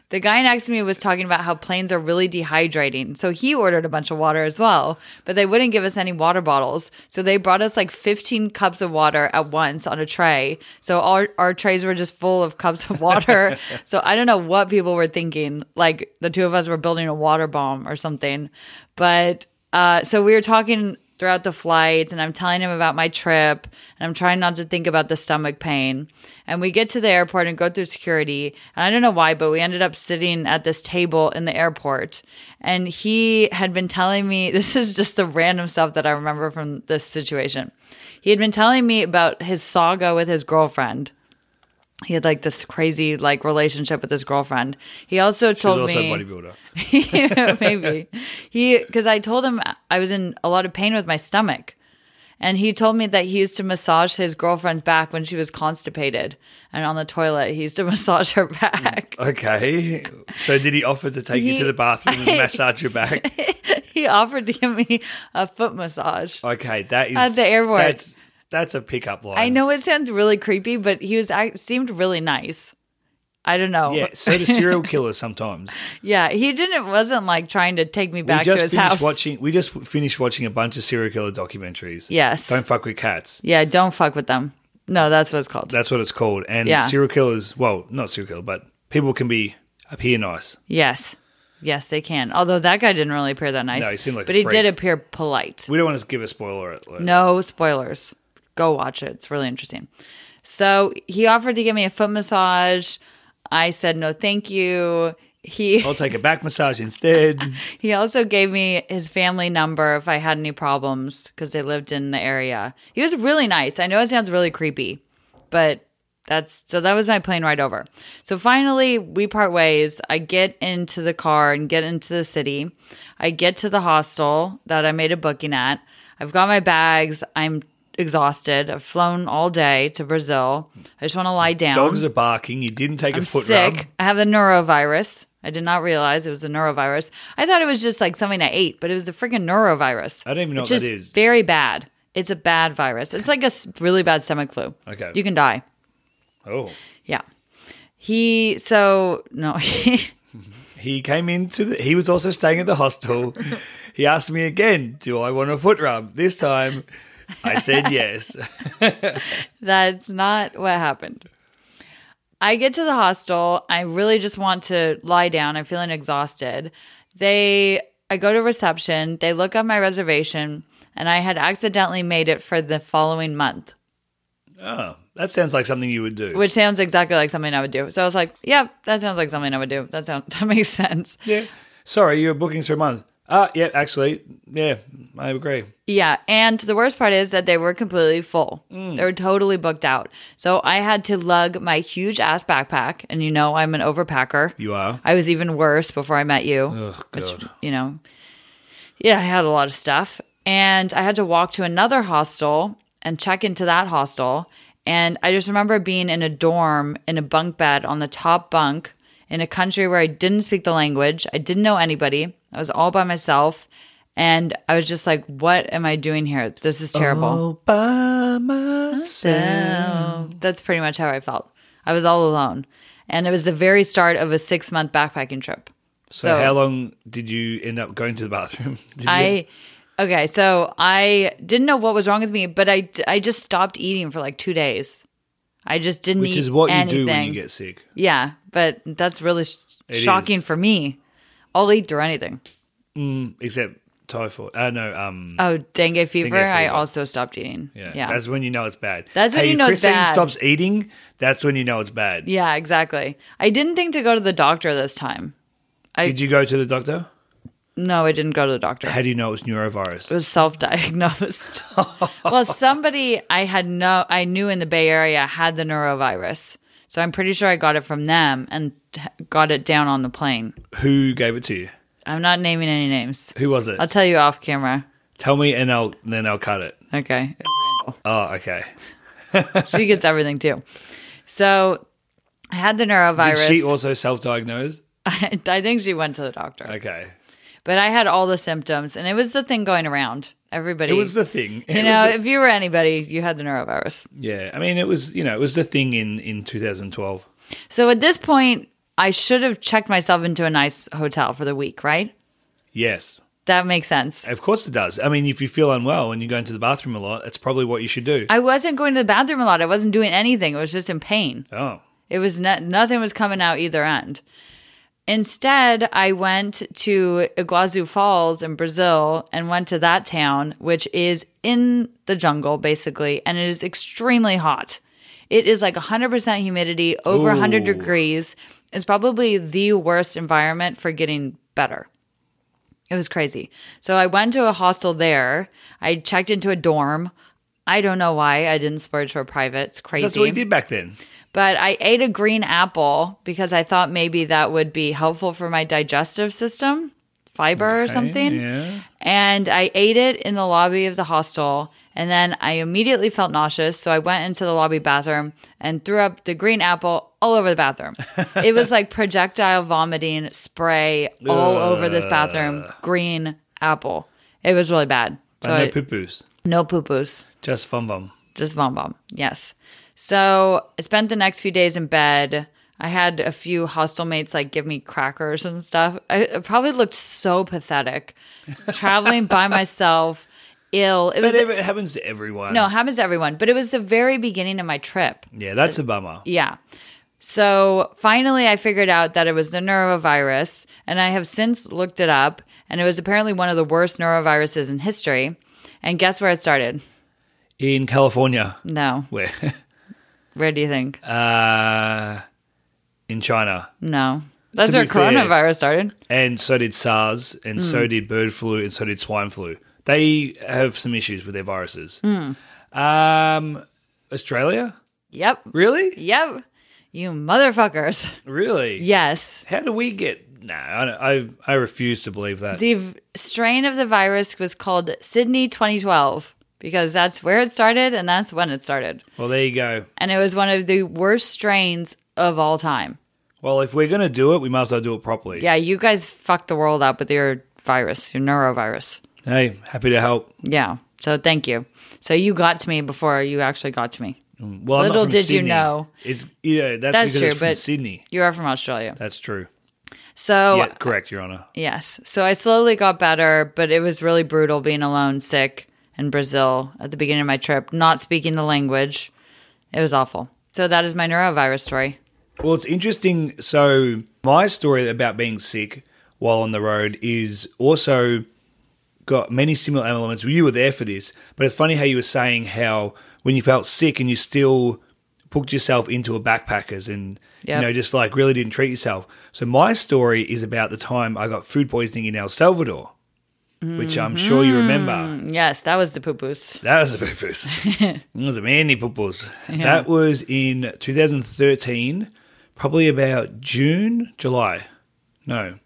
[SPEAKER 2] the guy next to me was talking about how planes are really dehydrating. So he ordered a bunch of water as well, but they wouldn't give us any water bottles. So they brought us like 15 cups of water at once on a tray. So our, our trays were just full of cups of water. so I don't know what people were thinking. Like the two of us were building a water bomb or something. But uh, so we were talking throughout the flight and I'm telling him about my trip and I'm trying not to think about the stomach pain. And we get to the airport and go through security. And I don't know why, but we ended up sitting at this table in the airport. And he had been telling me this is just the random stuff that I remember from this situation. He had been telling me about his saga with his girlfriend. He had like this crazy like relationship with his girlfriend. He also
[SPEAKER 1] She was
[SPEAKER 2] told
[SPEAKER 1] also
[SPEAKER 2] me
[SPEAKER 1] a bodybuilder.
[SPEAKER 2] maybe he because i told him i was in a lot of pain with my stomach and he told me that he used to massage his girlfriend's back when she was constipated and on the toilet he used to massage her back
[SPEAKER 1] Okay. So did he offer to take you to
[SPEAKER 2] He-
[SPEAKER 1] the bathroom and massage your back?
[SPEAKER 2] he offered to give me a foot massage
[SPEAKER 1] Okay, that is
[SPEAKER 2] At the airport.
[SPEAKER 1] That's, that's a pickup line.
[SPEAKER 2] i know it sounds really creepy but he was act- seemed really nice i don't know
[SPEAKER 1] Yeah, so do serial killers sometimes.
[SPEAKER 2] Yeah, he didn't wasn't like trying to take me
[SPEAKER 1] We
[SPEAKER 2] back
[SPEAKER 1] just
[SPEAKER 2] to his
[SPEAKER 1] finished
[SPEAKER 2] house
[SPEAKER 1] watching. We just finished watching a bunch of serial killer documentaries.
[SPEAKER 2] Yes.
[SPEAKER 1] Don't fuck with cats.
[SPEAKER 2] yeah don't fuck with them no that's what it's called
[SPEAKER 1] That's what it's called. And
[SPEAKER 2] Yeah.
[SPEAKER 1] serial killers. Well, not serial killer, but people can be appear nice.
[SPEAKER 2] Yes. Yes, they can. Although that guy didn't really appear that nice.
[SPEAKER 1] he seemed like a
[SPEAKER 2] But he
[SPEAKER 1] freak.
[SPEAKER 2] did appear polite.
[SPEAKER 1] We don't want to give a spoiler alert.
[SPEAKER 2] No spoilers. Go watch it. It's really interesting. So he offered to give me a foot massage. I said no thank you. He
[SPEAKER 1] I'll take a back massage instead.
[SPEAKER 2] he also gave me his family number if I had any problems because they lived in the area. He was really nice. I know it sounds really creepy, but that's so that was my plane ride over. So finally, we part ways. I get into the car and get into the city. I get to the hostel that I made a booking at. I've got my bags. I'm exhausted. I've flown all day to Brazil. I just want to lie down.
[SPEAKER 1] Dogs are barking. You didn't take
[SPEAKER 2] I'm
[SPEAKER 1] a foot
[SPEAKER 2] sick.
[SPEAKER 1] rub.
[SPEAKER 2] I have the neurovirus. I did not realize it was a neurovirus. I thought it was just like something I ate, but it was a freaking neurovirus.
[SPEAKER 1] I don't even know
[SPEAKER 2] which
[SPEAKER 1] what that is.
[SPEAKER 2] Very bad. It's a bad virus. It's like a s- really bad stomach flu.
[SPEAKER 1] Okay.
[SPEAKER 2] You can die.
[SPEAKER 1] Oh,
[SPEAKER 2] Yeah. He so no
[SPEAKER 1] he came into the. He was also staying at the hostel. he asked me again, "Do I want a foot rub?" This time, I said yes.
[SPEAKER 2] that's not what happened. I get to the hostel. I really just want to lie down. I'm feeling exhausted. They I go to reception. They look up my reservation and I had accidentally made it for the following month.
[SPEAKER 1] Oh, that sounds like something you would do.
[SPEAKER 2] Which sounds exactly like something I would do. So I was like, "Yep, that sounds like something I would do. That sounds that makes sense."
[SPEAKER 1] yeah. Sorry, you're bookings for a month. Ah, yeah, actually, yeah, I agree.
[SPEAKER 2] Yeah, and the worst part is that they were completely full. They were totally booked out. So I had to lug my huge ass backpack, and you know I'm an overpacker.
[SPEAKER 1] You are.
[SPEAKER 2] I was even worse before I met you.
[SPEAKER 1] Oh, God.
[SPEAKER 2] You know, yeah, I had a lot of stuff, and I had to walk to another hostel and check into that hostel. And I just remember being in a dorm in a bunk bed on the top bunk in a country where I didn't speak the language. I didn't know anybody. I was all by myself. And I was just like, what am I doing here? This is terrible.
[SPEAKER 1] All by myself.
[SPEAKER 2] So that's pretty much how I felt. I was all alone. And it was the very start of a six month backpacking trip.
[SPEAKER 1] So, how long did you end up going to the bathroom? Did you-
[SPEAKER 2] I okay, so I didn't know what was wrong with me, but I I just stopped eating for like two days. I just didn't
[SPEAKER 1] which
[SPEAKER 2] eat
[SPEAKER 1] is what
[SPEAKER 2] anything.
[SPEAKER 1] you do when you get sick.
[SPEAKER 2] yeah, but that's really sh-
[SPEAKER 1] It
[SPEAKER 2] shocking
[SPEAKER 1] is.
[SPEAKER 2] for me. I'll eat or anything.
[SPEAKER 1] Except typhoid. Uh, no, um,
[SPEAKER 2] Oh, dengue fever! I
[SPEAKER 1] fever.
[SPEAKER 2] also stopped eating.
[SPEAKER 1] yeah.
[SPEAKER 2] yeah,
[SPEAKER 1] That's when you know it's bad.
[SPEAKER 2] That's when
[SPEAKER 1] Hey,
[SPEAKER 2] you know it's
[SPEAKER 1] Christine
[SPEAKER 2] bad.
[SPEAKER 1] stops eating, that's when you know it's bad.
[SPEAKER 2] yeah, exactly. I didn't think to go to the doctor this time.
[SPEAKER 1] Did you go to the doctor?
[SPEAKER 2] No, I didn't go to the doctor.
[SPEAKER 1] How do you know it was neurovirus?
[SPEAKER 2] It was self-diagnosed. well, somebody I had no I knew in the Bay Area had the neurovirus. So I'm pretty sure I got it from them and t- got it down on the plane.
[SPEAKER 1] Who gave it to you?
[SPEAKER 2] I'm not naming any names.
[SPEAKER 1] Who was it?
[SPEAKER 2] I'll tell you off camera.
[SPEAKER 1] Tell me, and I'll then I'll cut it.
[SPEAKER 2] Okay.
[SPEAKER 1] Oh, okay.
[SPEAKER 2] She gets everything too. So I had the neurovirus.
[SPEAKER 1] Did she also self-diagnosed?
[SPEAKER 2] I, think she went to the doctor.
[SPEAKER 1] Okay,
[SPEAKER 2] But I had all the symptoms and it was the thing going around. Everybody
[SPEAKER 1] it was the thing. It
[SPEAKER 2] You know,
[SPEAKER 1] was
[SPEAKER 2] if you were anybody, you had the neurovirus.
[SPEAKER 1] the- yeah. I mean, it was you know it was the thing in in 2012.
[SPEAKER 2] So at this point, I should have checked myself into a nice hotel for the week, right?
[SPEAKER 1] Yes,
[SPEAKER 2] That makes sense.
[SPEAKER 1] of course it does. I mean, if you feel unwell and you go into the bathroom a lot, that's probably what you should do.
[SPEAKER 2] I wasn't going to the bathroom a lot. I wasn't doing anything. I was just in pain.
[SPEAKER 1] oh,
[SPEAKER 2] It was no- nothing was coming out either end. Instead, I went to Iguazu Falls in Brazil and went to that town, which is in the jungle basically, and it is extremely hot. It is like 100% humidity, over 100
[SPEAKER 1] Ooh.
[SPEAKER 2] degrees. It's probably the worst environment for getting better. It was crazy. So I went to a hostel there. I checked into a dorm. I don't know why I didn't splurge for private. It's crazy
[SPEAKER 1] that's what we did back then.
[SPEAKER 2] but I ate a green apple because I thought maybe that would be helpful for my digestive system, fiber or
[SPEAKER 1] Okay,
[SPEAKER 2] something.
[SPEAKER 1] yeah.
[SPEAKER 2] And I ate it in the lobby of the hostel. And then I immediately felt nauseous. So I went into the lobby bathroom and threw up the green apple all over the bathroom. it was like projectile vomiting spray all over this bathroom, green apple. It was really bad.
[SPEAKER 1] But
[SPEAKER 2] So
[SPEAKER 1] no
[SPEAKER 2] I-
[SPEAKER 1] poo-poos,
[SPEAKER 2] no poo poos
[SPEAKER 1] just fum bum.
[SPEAKER 2] just vom bomb. Yes. So I spent the next few days in bed. I had a few hostel mates like give me crackers and stuff. I, I probably looked so pathetic, traveling by myself, ill. It was
[SPEAKER 1] But it happens to everyone.
[SPEAKER 2] no it happens to everyone, but it was the very beginning of my trip.
[SPEAKER 1] Yeah, that's a bummer.
[SPEAKER 2] Yeah. So finally, I figured out that it was the neurovirus, and I have since looked it up, and it was apparently one of the worst neuroviruses in history. And guess where it started?
[SPEAKER 1] In California,
[SPEAKER 2] No.
[SPEAKER 1] where?
[SPEAKER 2] Where do you think?
[SPEAKER 1] Uh, in China.
[SPEAKER 2] No. That's
[SPEAKER 1] To
[SPEAKER 2] where
[SPEAKER 1] be fair-
[SPEAKER 2] coronavirus started.
[SPEAKER 1] and so did SARS, and
[SPEAKER 2] Hmm.
[SPEAKER 1] so did bird flu, and so did swine flu. They have some issues with their viruses.
[SPEAKER 2] Hmm.
[SPEAKER 1] Um, Australia,
[SPEAKER 2] Yep.
[SPEAKER 1] really,
[SPEAKER 2] Yep. You motherfuckers.
[SPEAKER 1] really?
[SPEAKER 2] Yes.
[SPEAKER 1] How do we get? No, I, don't- I I refuse to believe that.
[SPEAKER 2] The v- strain of the virus was called Sydney 2012. because that's where it started and that's when it started.
[SPEAKER 1] Well, there you go.
[SPEAKER 2] And it was one of the worst strains of all time.
[SPEAKER 1] Well, if we're going to do it, we might as well do it properly.
[SPEAKER 2] Yeah, you guys fucked the world up with your virus, your neurovirus.
[SPEAKER 1] Hey, happy to help.
[SPEAKER 2] Yeah. So thank you. So you got to me before you actually got to me.
[SPEAKER 1] Well, I'm not
[SPEAKER 2] Little
[SPEAKER 1] from
[SPEAKER 2] did you
[SPEAKER 1] Sydney.
[SPEAKER 2] know.
[SPEAKER 1] It's yeah, that's,
[SPEAKER 2] That's
[SPEAKER 1] because
[SPEAKER 2] true,
[SPEAKER 1] it's from
[SPEAKER 2] but-
[SPEAKER 1] Sydney.
[SPEAKER 2] You are from Australia.
[SPEAKER 1] That's true.
[SPEAKER 2] So
[SPEAKER 1] yeah, correct, Your Honor.
[SPEAKER 2] Yes. So I slowly got better, but it was really brutal being alone, sick in Brazil at the beginning of my trip, not speaking the language. It was awful. So that is my neurovirus story.
[SPEAKER 1] Well, it's interesting. So, my story about being sick while on the road is also got many similar elements. You were there for this, but it's funny how you were saying how when you felt sick and you still booked yourself into a backpackers and
[SPEAKER 2] Yep.
[SPEAKER 1] you know just like really didn't treat yourself. So, my story is about the time I got food poisoning in El Salvador, which I'm sure you remember.
[SPEAKER 2] Yes, that was the poo poos.
[SPEAKER 1] That was the purpose. it was a many purpose. That was in 2013, probably about June, July. No,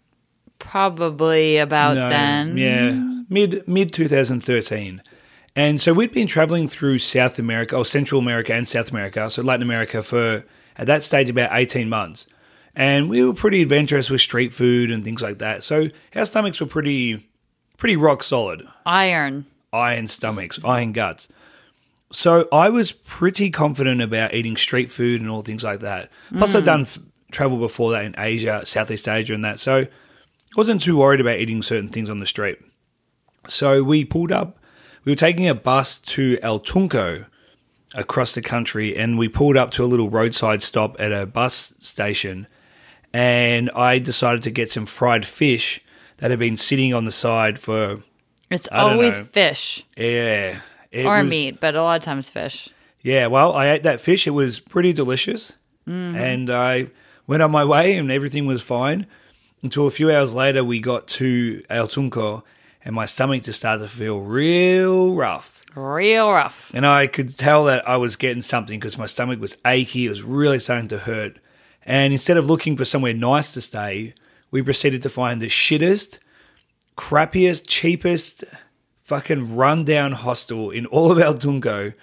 [SPEAKER 2] Probably about
[SPEAKER 1] no,
[SPEAKER 2] then.
[SPEAKER 1] yeah, mid mid 2013. And so we'd been traveling through South America, or Central America and South America, so Latin America for at that stage about 18 months. And we were pretty adventurous with street food and things like that. So our stomachs were pretty pretty rock solid.
[SPEAKER 2] Iron.
[SPEAKER 1] iron stomachs, iron guts. So I was pretty confident about eating street food and all things like that. Plus, I'd done f- travel before that in Asia, Southeast Asia, and that. So I wasn't too worried about eating certain things on the street. So we pulled up. We were taking a bus to El Tunco across the country, and we pulled up to a little roadside stop at a bus station. And I decided to get some fried fish that had been sitting on the side for
[SPEAKER 2] It's
[SPEAKER 1] don't
[SPEAKER 2] always
[SPEAKER 1] know.
[SPEAKER 2] fish
[SPEAKER 1] yeah, it
[SPEAKER 2] or
[SPEAKER 1] was-
[SPEAKER 2] meat, but a lot of times fish.
[SPEAKER 1] Yeah, well, I ate that fish. It was pretty delicious.
[SPEAKER 2] Mm-hmm.
[SPEAKER 1] And I went on my way and everything was fine until a few hours later we got to El Tunco and my stomach just started to feel real rough.
[SPEAKER 2] Real rough.
[SPEAKER 1] And I could tell that I was getting something because my stomach was achy. It was really starting to hurt. And instead of looking for somewhere nice to stay, we proceeded to find the shittest, crappiest, cheapest, fucking rundown hostel in all of El Tunco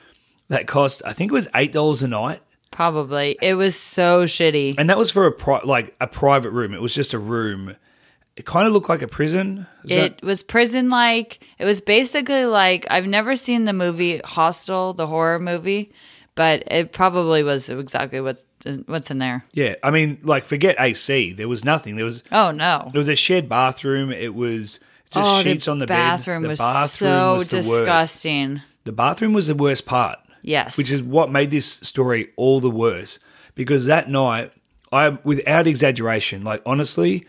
[SPEAKER 1] that cost, I think it was $8 a night.
[SPEAKER 2] Probably. It was so shitty.
[SPEAKER 1] And that was for a pri- like a private room. It was just a room. It kind of looked like a prison. Is that-
[SPEAKER 2] It was prison like. It was basically like I've never seen the movie Hostel, the horror movie, but it probably was exactly what's what's in there.
[SPEAKER 1] yeah. I mean, like forget AC. There was nothing. There was
[SPEAKER 2] Oh no.
[SPEAKER 1] It was a shared bathroom. It was just
[SPEAKER 2] oh,
[SPEAKER 1] sheets on the
[SPEAKER 2] bathroom
[SPEAKER 1] bed.
[SPEAKER 2] was
[SPEAKER 1] bathroom
[SPEAKER 2] so
[SPEAKER 1] was the worst.
[SPEAKER 2] disgusting.
[SPEAKER 1] The bathroom was the worst part,
[SPEAKER 2] Yes.
[SPEAKER 1] which is what made this story all the worse. Because that night, I, without exaggeration, like honestly,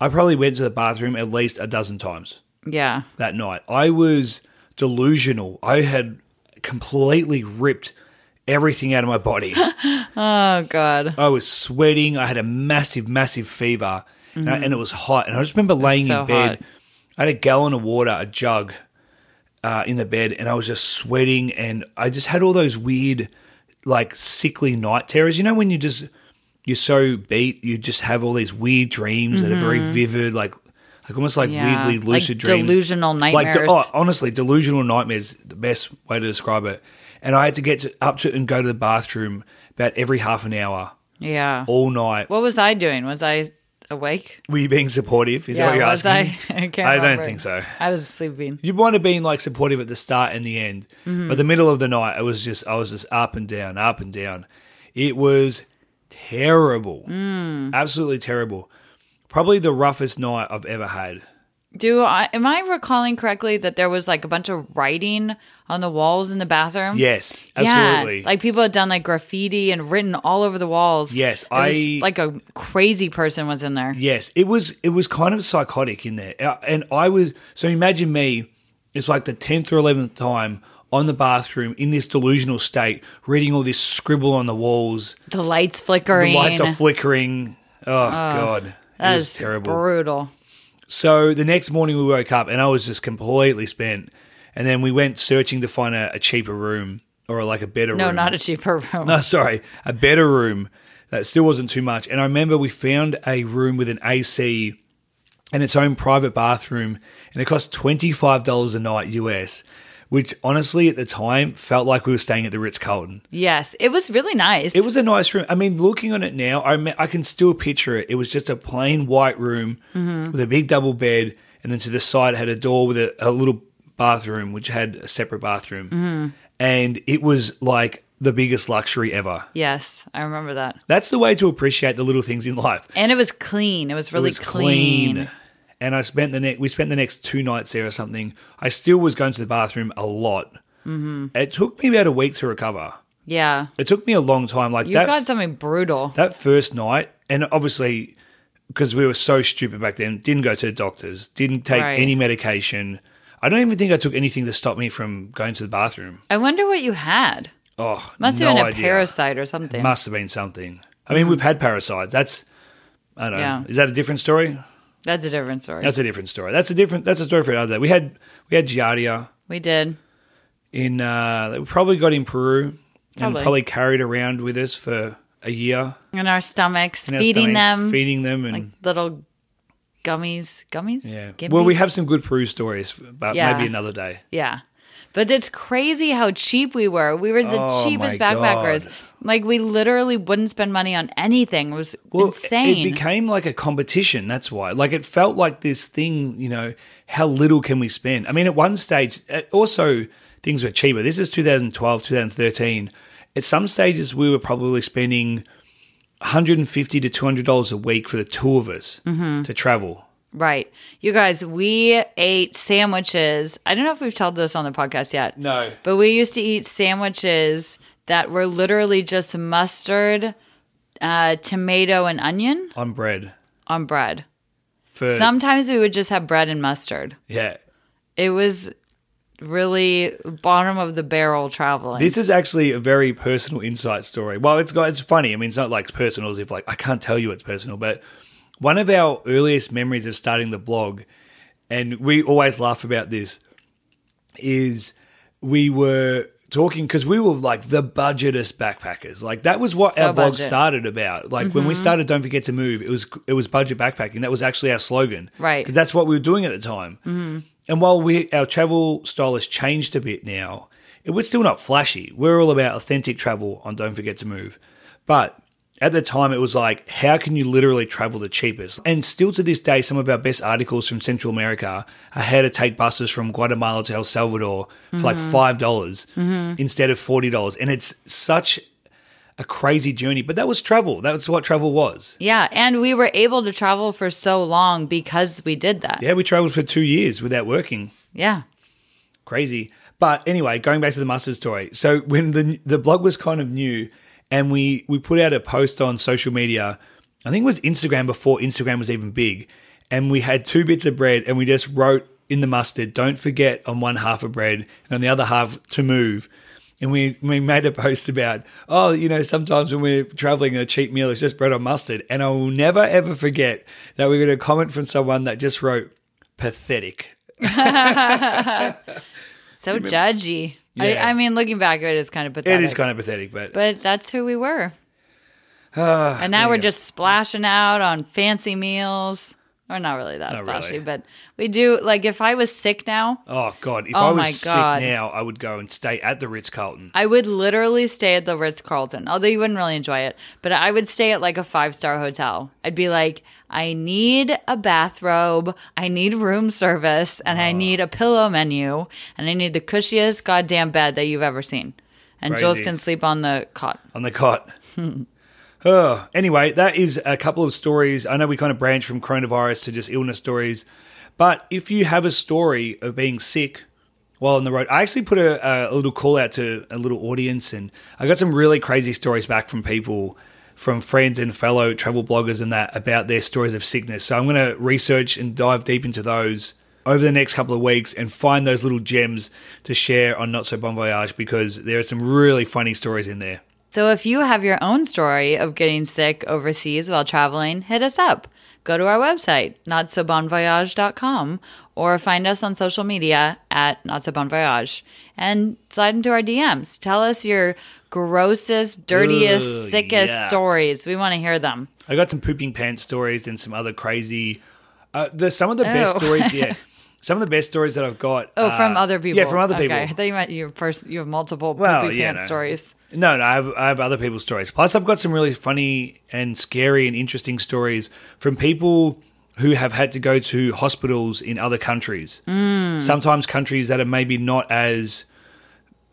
[SPEAKER 1] I probably went to the bathroom at least a dozen times
[SPEAKER 2] yeah.
[SPEAKER 1] that night. I was delusional. I had completely ripped everything out of my body.
[SPEAKER 2] Oh god.
[SPEAKER 1] I was sweating. I had a massive, massive fever, and, I, and it was hot. And I just remember laying
[SPEAKER 2] Mm-hmm. so
[SPEAKER 1] in bed.
[SPEAKER 2] hot.
[SPEAKER 1] I had a gallon of water, a jug, uh, in the bed, and I was just sweating. And I just had all those weird, like sickly night terrors. You know when you just you're so beat, you just have all these weird dreams that are very vivid, like like almost like
[SPEAKER 2] Mm-hmm. Yeah.
[SPEAKER 1] weirdly lucid
[SPEAKER 2] Like
[SPEAKER 1] dreams,
[SPEAKER 2] delusional
[SPEAKER 1] Like
[SPEAKER 2] nightmares.
[SPEAKER 1] oh, honestly, delusional nightmares the best way to describe it. And I had to get to, up to and go to the bathroom about every half an hour
[SPEAKER 2] Yeah.
[SPEAKER 1] all night.
[SPEAKER 2] What was I doing? Was I awake?
[SPEAKER 1] Were you being supportive? Is that what you're
[SPEAKER 2] was
[SPEAKER 1] asking?
[SPEAKER 2] I? I, can't
[SPEAKER 1] I don't
[SPEAKER 2] remember.
[SPEAKER 1] think so.
[SPEAKER 2] I was sleeping.
[SPEAKER 1] You might have been like supportive at the start and the end,
[SPEAKER 2] Mm-hmm.
[SPEAKER 1] but the middle of the night, it was just I was just up and down, up and down. It was terrible,
[SPEAKER 2] Mm.
[SPEAKER 1] absolutely terrible. Probably the roughest night I've ever had.
[SPEAKER 2] Do I am I recalling correctly that there was like a bunch of writing on the walls in the bathroom?
[SPEAKER 1] Yes, absolutely.
[SPEAKER 2] Yeah, like people had done like graffiti and written all over the walls.
[SPEAKER 1] Yes,
[SPEAKER 2] It was
[SPEAKER 1] I-
[SPEAKER 2] like a crazy person was in there.
[SPEAKER 1] Yes, it was. It was kind of psychotic in there, Uh, and I was. So imagine me. It's like the tenth or eleventh time on the bathroom in this delusional state, reading all this scribble on the walls.
[SPEAKER 2] The lights flickering.
[SPEAKER 1] The lights are flickering. Oh, god,
[SPEAKER 2] That
[SPEAKER 1] it was
[SPEAKER 2] is
[SPEAKER 1] terrible.
[SPEAKER 2] Brutal.
[SPEAKER 1] so the next morning we woke up and I was just completely spent. And then we went searching to find a, a cheaper room or like a better
[SPEAKER 2] No,
[SPEAKER 1] room.
[SPEAKER 2] not a cheaper room.
[SPEAKER 1] No, sorry, a better room that still wasn't too much. And I remember we found a room with an AC and its own private bathroom, and it cost twenty five dollars a night US, which honestly at the time felt like we were staying at the Ritz Carlton.
[SPEAKER 2] Yes, it was really nice.
[SPEAKER 1] It was a nice room. I mean, looking on it now, I me- I can still picture it. It was just a plain white room
[SPEAKER 2] Mm-hmm.
[SPEAKER 1] with a big double bed, and then to the side it had a door with a, a little bathroom, which had a separate bathroom,
[SPEAKER 2] Mm-hmm.
[SPEAKER 1] and it was like the biggest luxury ever.
[SPEAKER 2] yes, I remember that.
[SPEAKER 1] That's the way to appreciate the little things in life.
[SPEAKER 2] And it was clean. It was really
[SPEAKER 1] was
[SPEAKER 2] clean.
[SPEAKER 1] And I spent the next we spent the next two nights there or something. I still was going to the bathroom a lot. Mm-hmm. It took me about a week to recover.
[SPEAKER 2] Yeah.
[SPEAKER 1] It took me a long time. Like
[SPEAKER 2] You
[SPEAKER 1] that,
[SPEAKER 2] got something brutal.
[SPEAKER 1] that first night, and obviously because we were so stupid back then, didn't go to the doctors, didn't take
[SPEAKER 2] Right.
[SPEAKER 1] any medication. I don't even think I took anything to stop me from going to the bathroom.
[SPEAKER 2] I wonder what you had.
[SPEAKER 1] Oh,
[SPEAKER 2] Must
[SPEAKER 1] no
[SPEAKER 2] have been a
[SPEAKER 1] idea.
[SPEAKER 2] parasite or something.
[SPEAKER 1] Must have been something. I mean, we've had parasites. That's I don't know.
[SPEAKER 2] Yeah.
[SPEAKER 1] Is that a different story?
[SPEAKER 2] That's a different story.
[SPEAKER 1] That's a different story. That's a different. That's a story for another day. We had we had giardia
[SPEAKER 2] we did.
[SPEAKER 1] in. Uh, that we probably got in Peru and
[SPEAKER 2] Probably.
[SPEAKER 1] probably carried around with us for a year.
[SPEAKER 2] In our stomachs,
[SPEAKER 1] And our
[SPEAKER 2] feeding
[SPEAKER 1] stomachs,
[SPEAKER 2] them
[SPEAKER 1] feeding them, and
[SPEAKER 2] little gummies. Gummies?
[SPEAKER 1] yeah.
[SPEAKER 2] Gimbies?
[SPEAKER 1] Well, we have some good Peru stories, but
[SPEAKER 2] Yeah.
[SPEAKER 1] maybe another day.
[SPEAKER 2] Yeah. But it's crazy how cheap we were. We were the
[SPEAKER 1] Oh,
[SPEAKER 2] cheapest
[SPEAKER 1] my
[SPEAKER 2] backpackers.
[SPEAKER 1] God.
[SPEAKER 2] Like we literally wouldn't spend money on anything. It was
[SPEAKER 1] Well,
[SPEAKER 2] insane.
[SPEAKER 1] It became like a competition. That's why. Like it felt like this thing. You know, how little can we spend? I mean, at one stage, uh, also things were cheaper. This is 2012, 2013. At some stages, we were probably spending 150 to 200 dollars a week for the two of us
[SPEAKER 2] Mm-hmm.
[SPEAKER 1] to travel.
[SPEAKER 2] right. You guys, we ate sandwiches. I don't know if we've told this on the podcast yet.
[SPEAKER 1] No.
[SPEAKER 2] But we used to eat sandwiches that were literally just mustard, uh, tomato, and onion
[SPEAKER 1] on bread
[SPEAKER 2] on bread.
[SPEAKER 1] for
[SPEAKER 2] Sometimes we would just have bread and mustard.
[SPEAKER 1] yeah.
[SPEAKER 2] It was really bottom of the barrel traveling.
[SPEAKER 1] This is actually a very personal insight story. Well, it's got it's funny. I mean, it's not like personal as if like I can't tell you it's personal, but one of our earliest memories of starting the blog, and we always laugh about this, is we were talking because we were like the budgetest backpackers. Like that was what
[SPEAKER 2] So
[SPEAKER 1] our blog
[SPEAKER 2] budget.
[SPEAKER 1] started about. Like when we started, don't forget to move. It was it was budget backpacking. That was actually our slogan,
[SPEAKER 2] Right.
[SPEAKER 1] 'Cause that's what we were doing at the time. And while we our travel style has changed a bit now, it was still not flashy. We're all about authentic travel on Don't Forget to Move. But at the time it was like, how can you literally travel the cheapest? And still to this day, some of our best articles from Central America are how to take buses from Guatemala to El Salvador for like five dollars instead of forty dollars. And it's such a crazy journey. But that was travel. That was what travel was.
[SPEAKER 2] Yeah, and we were able to travel for so long because we did that.
[SPEAKER 1] Yeah, we traveled for two years without working.
[SPEAKER 2] Yeah.
[SPEAKER 1] crazy. But anyway, going back to the mustard story. So when the the blog was kind of new, and we we put out a post on social media, I think it was Instagram before Instagram was even big, and we had two bits of bread, and we just wrote in the mustard, "Don't forget on one half of bread, and on the other half to move." And we, we made a post about, oh, you know, sometimes when we're traveling, a cheap meal is just bread or mustard. And I will never, ever forget that we got a comment from someone that just wrote, pathetic.
[SPEAKER 2] So judgy.
[SPEAKER 1] Yeah.
[SPEAKER 2] I, I mean, looking back, it is kind of pathetic.
[SPEAKER 1] It is kind of pathetic, but
[SPEAKER 2] but that's who we were. and now we're just splashing out on fancy meals. Or not really that
[SPEAKER 1] Not really.
[SPEAKER 2] splashy, but we do. Like, if I was sick now,
[SPEAKER 1] Oh God! If
[SPEAKER 2] Oh,
[SPEAKER 1] I
[SPEAKER 2] my
[SPEAKER 1] was sick
[SPEAKER 2] God.
[SPEAKER 1] now, I would go and stay at the Ritz Carlton.
[SPEAKER 2] I would literally stay at the Ritz Carlton, although you wouldn't really enjoy it. But I would stay at like a five star hotel. I'd be like, I need a bathrobe, I need room service, and I need a pillow menu, and I need the cushiest goddamn bed that you've ever seen. And Jules
[SPEAKER 1] Crazy.
[SPEAKER 2] can sleep on the cot.
[SPEAKER 1] on the cot. oh, anyway, that is a couple of stories. I know we kind of branch from coronavirus to just illness stories, but if you have a story of being sick while on the road, I actually put a, a little call out to a little audience, and I got some really crazy stories back from people. From friends and fellow travel bloggers and that about their stories of sickness. So I'm going to research and dive deep into those over the next couple of weeks and find those little gems to share on Not So Bon Voyage because there are some really funny stories in there.
[SPEAKER 2] So if you have your own story of getting sick overseas while traveling, hit us up. Go to our website, notsobonvoyage.com, or find us on social media at notsobonvoyage and slide into our DMs. Tell us your grossest, dirtiest,
[SPEAKER 1] Ugh,
[SPEAKER 2] sickest
[SPEAKER 1] yeah.
[SPEAKER 2] stories. We want to hear them.
[SPEAKER 1] I got some pooping pants stories and some other crazy. Uh, the some of the best
[SPEAKER 2] Oh.
[SPEAKER 1] stories. Yeah, Some of the best stories that I've got.
[SPEAKER 2] Oh,
[SPEAKER 1] uh,
[SPEAKER 2] from other people.
[SPEAKER 1] Yeah, from other people.
[SPEAKER 2] Okay, I thought you meant you pers- you have multiple
[SPEAKER 1] Well,
[SPEAKER 2] poopy
[SPEAKER 1] yeah,
[SPEAKER 2] pants
[SPEAKER 1] no.
[SPEAKER 2] stories.
[SPEAKER 1] No, no, I have, I have other people's stories. Plus, I've got some really funny and scary and interesting stories from people who have had to go to hospitals in other countries.
[SPEAKER 2] Hmm.
[SPEAKER 1] Sometimes countries that are maybe not as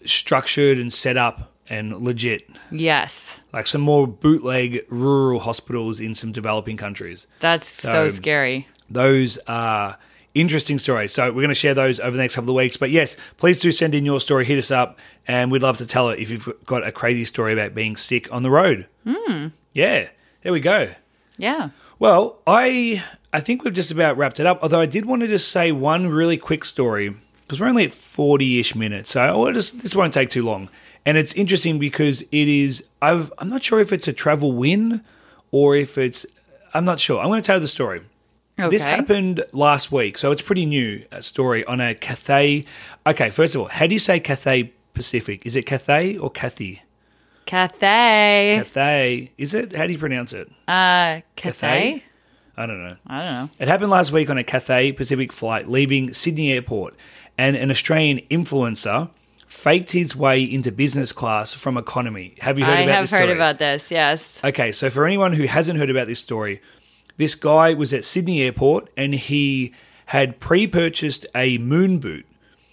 [SPEAKER 1] structured and set up and legit,
[SPEAKER 2] Yes,
[SPEAKER 1] like some more bootleg rural hospitals in some developing countries.
[SPEAKER 2] that's so,
[SPEAKER 1] So-
[SPEAKER 2] scary.
[SPEAKER 1] Those are interesting stories. So we're going to share those over the next couple of weeks. But yes, please do send in your story. Hit us up, and we'd love to tell it if you've got a crazy story about being sick on the road. Yeah, there we go.
[SPEAKER 2] Yeah.
[SPEAKER 1] Well, I I think we've just about wrapped it up. Although I did want to just say one really quick story because we're only at forty-ish minutes, so I will just, this won't take too long. And it's interesting because it is. I've I'm not sure if it's a travel win or if it's. I'm not sure. I'm going to tell the story. This
[SPEAKER 2] Okay.
[SPEAKER 1] happened last week, so it's pretty new uh, story on a Cathay. Okay, first of all, how do you say Cathay Pacific? Is it Cathay or Cathy?
[SPEAKER 2] Cathay.
[SPEAKER 1] Cathay. Is it? How do you pronounce it?
[SPEAKER 2] Uh, Cathay.
[SPEAKER 1] I don't know.
[SPEAKER 2] I don't know.
[SPEAKER 1] It happened last week on a Cathay Pacific flight leaving Sydney Airport, and an Australian influencer faked his way into business class from economy. Have you heard
[SPEAKER 2] I
[SPEAKER 1] about
[SPEAKER 2] have
[SPEAKER 1] this
[SPEAKER 2] heard
[SPEAKER 1] story?
[SPEAKER 2] about this. Yes.
[SPEAKER 1] Okay, so for anyone who hasn't heard about this story, this guy was at Sydney Airport and he had pre-purchased a moon boot.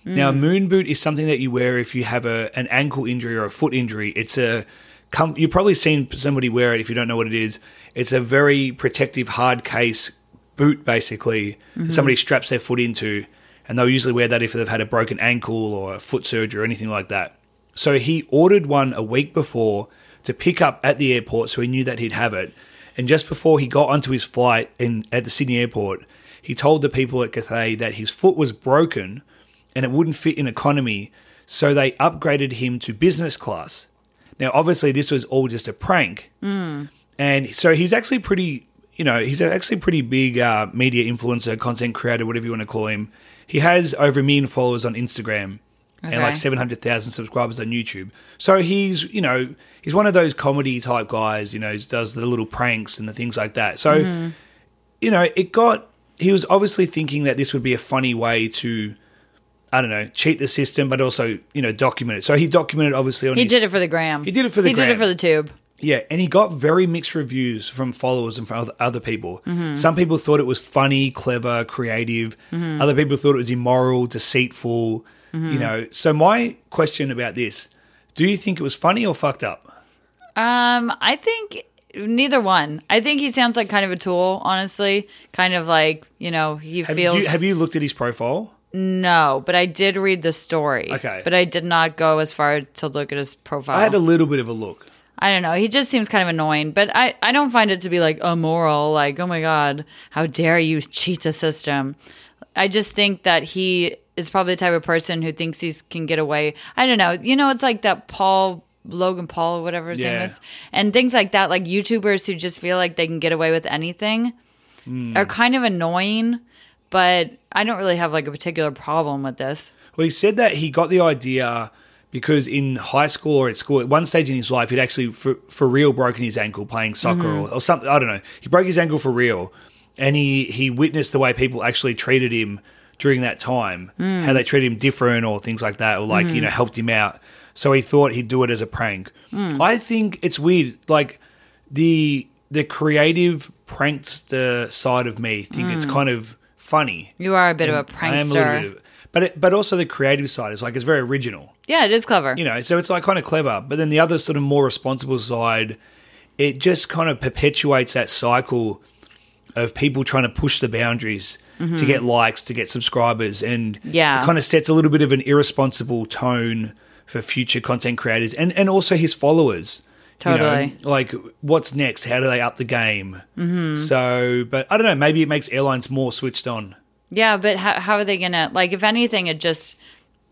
[SPEAKER 1] Now, a moon boot is something that you wear if you have a an ankle injury or a foot injury. It's a com- you've probably seen somebody wear it if you don't know what it is. It's a very protective hard case boot basically. that Somebody straps their foot into and they'll usually wear that if they've had a broken ankle or a foot surgery or anything like that. So he ordered one a week before to pick up at the airport, so he knew that he'd have it. And just before he got onto his flight in at the Sydney airport, he told the people at Cathay that his foot was broken and it wouldn't fit in economy, so they upgraded him to business class. Now, obviously, this was all just a prank, and so he's actually pretty you know he's actually pretty big uh, media influencer content creator whatever you want to call him he has over a million followers on instagram and
[SPEAKER 2] Okay.
[SPEAKER 1] like 700000 subscribers on youtube so he's you know he's one of those comedy type guys you know he does the little pranks and the things like that so
[SPEAKER 2] Mm-hmm.
[SPEAKER 1] you know it got he was obviously thinking that this would be a funny way to i don't know cheat the system but also you know document it so he documented obviously on
[SPEAKER 2] He
[SPEAKER 1] his
[SPEAKER 2] did it for the gram. He
[SPEAKER 1] did it for the
[SPEAKER 2] He did it
[SPEAKER 1] gram.
[SPEAKER 2] for the tube.
[SPEAKER 1] yeah, and he got very mixed reviews from followers and from oth- other people. Some people thought it was funny, clever, creative. Other people thought it was immoral, deceitful. You know, so my question about this: Do you think it was funny or fucked up?
[SPEAKER 2] Um, I think neither one. I think he sounds like kind of a tool, honestly. Kind of like you know he
[SPEAKER 1] Have,
[SPEAKER 2] feels.
[SPEAKER 1] you, have you looked at his profile?
[SPEAKER 2] No, but I did read the story.
[SPEAKER 1] Okay.
[SPEAKER 2] But I did not go as far to look at his profile.
[SPEAKER 1] I had a little bit of a look.
[SPEAKER 2] I don't know. He just seems kind of annoying, but I, I don't find it to be like immoral. Like, oh my God, how dare you cheat the system? I just think that he is probably the type of person who thinks he can get away. I don't know. You know, it's like that Paul, Logan Paul, or whatever his name
[SPEAKER 1] Yeah.
[SPEAKER 2] is, and things like that. Like YouTubers who just feel like they can get away with anything
[SPEAKER 1] Hmm.
[SPEAKER 2] are kind of annoying, but I don't really have like a particular problem with this.
[SPEAKER 1] Well, he said that he got the idea because in high school or at school, at one stage in his life, he'd actually for, for real broken his ankle playing soccer or, or something. I don't know. He broke his ankle for real, and he he witnessed the way people actually treated him during that time, how they treated him different or things like that, or like you know helped him out. So he thought he'd do it as a prank. I think it's weird, like the the creative prankster side of me think it's kind of funny.
[SPEAKER 2] You are a bit of a
[SPEAKER 1] I am a
[SPEAKER 2] prankster.
[SPEAKER 1] little bit of, but it, but also the creative side is like it's very original,
[SPEAKER 2] yeah, it is clever.
[SPEAKER 1] you know. So it's like kind of clever. But then the other sort of more responsible side, it just kind of perpetuates that cycle of people trying to push the boundaries to get likes, to get subscribers, and
[SPEAKER 2] Mm-hmm. Yeah.
[SPEAKER 1] it kind of sets a little bit of an irresponsible tone for future content creators and and also his followers. you know.
[SPEAKER 2] Totally.
[SPEAKER 1] like, what's next? How do they up the game? Mm-hmm. So, but I don't know. Maybe it makes airlines more switched on.
[SPEAKER 2] Yeah, but how, how are they going to, like, if anything, it just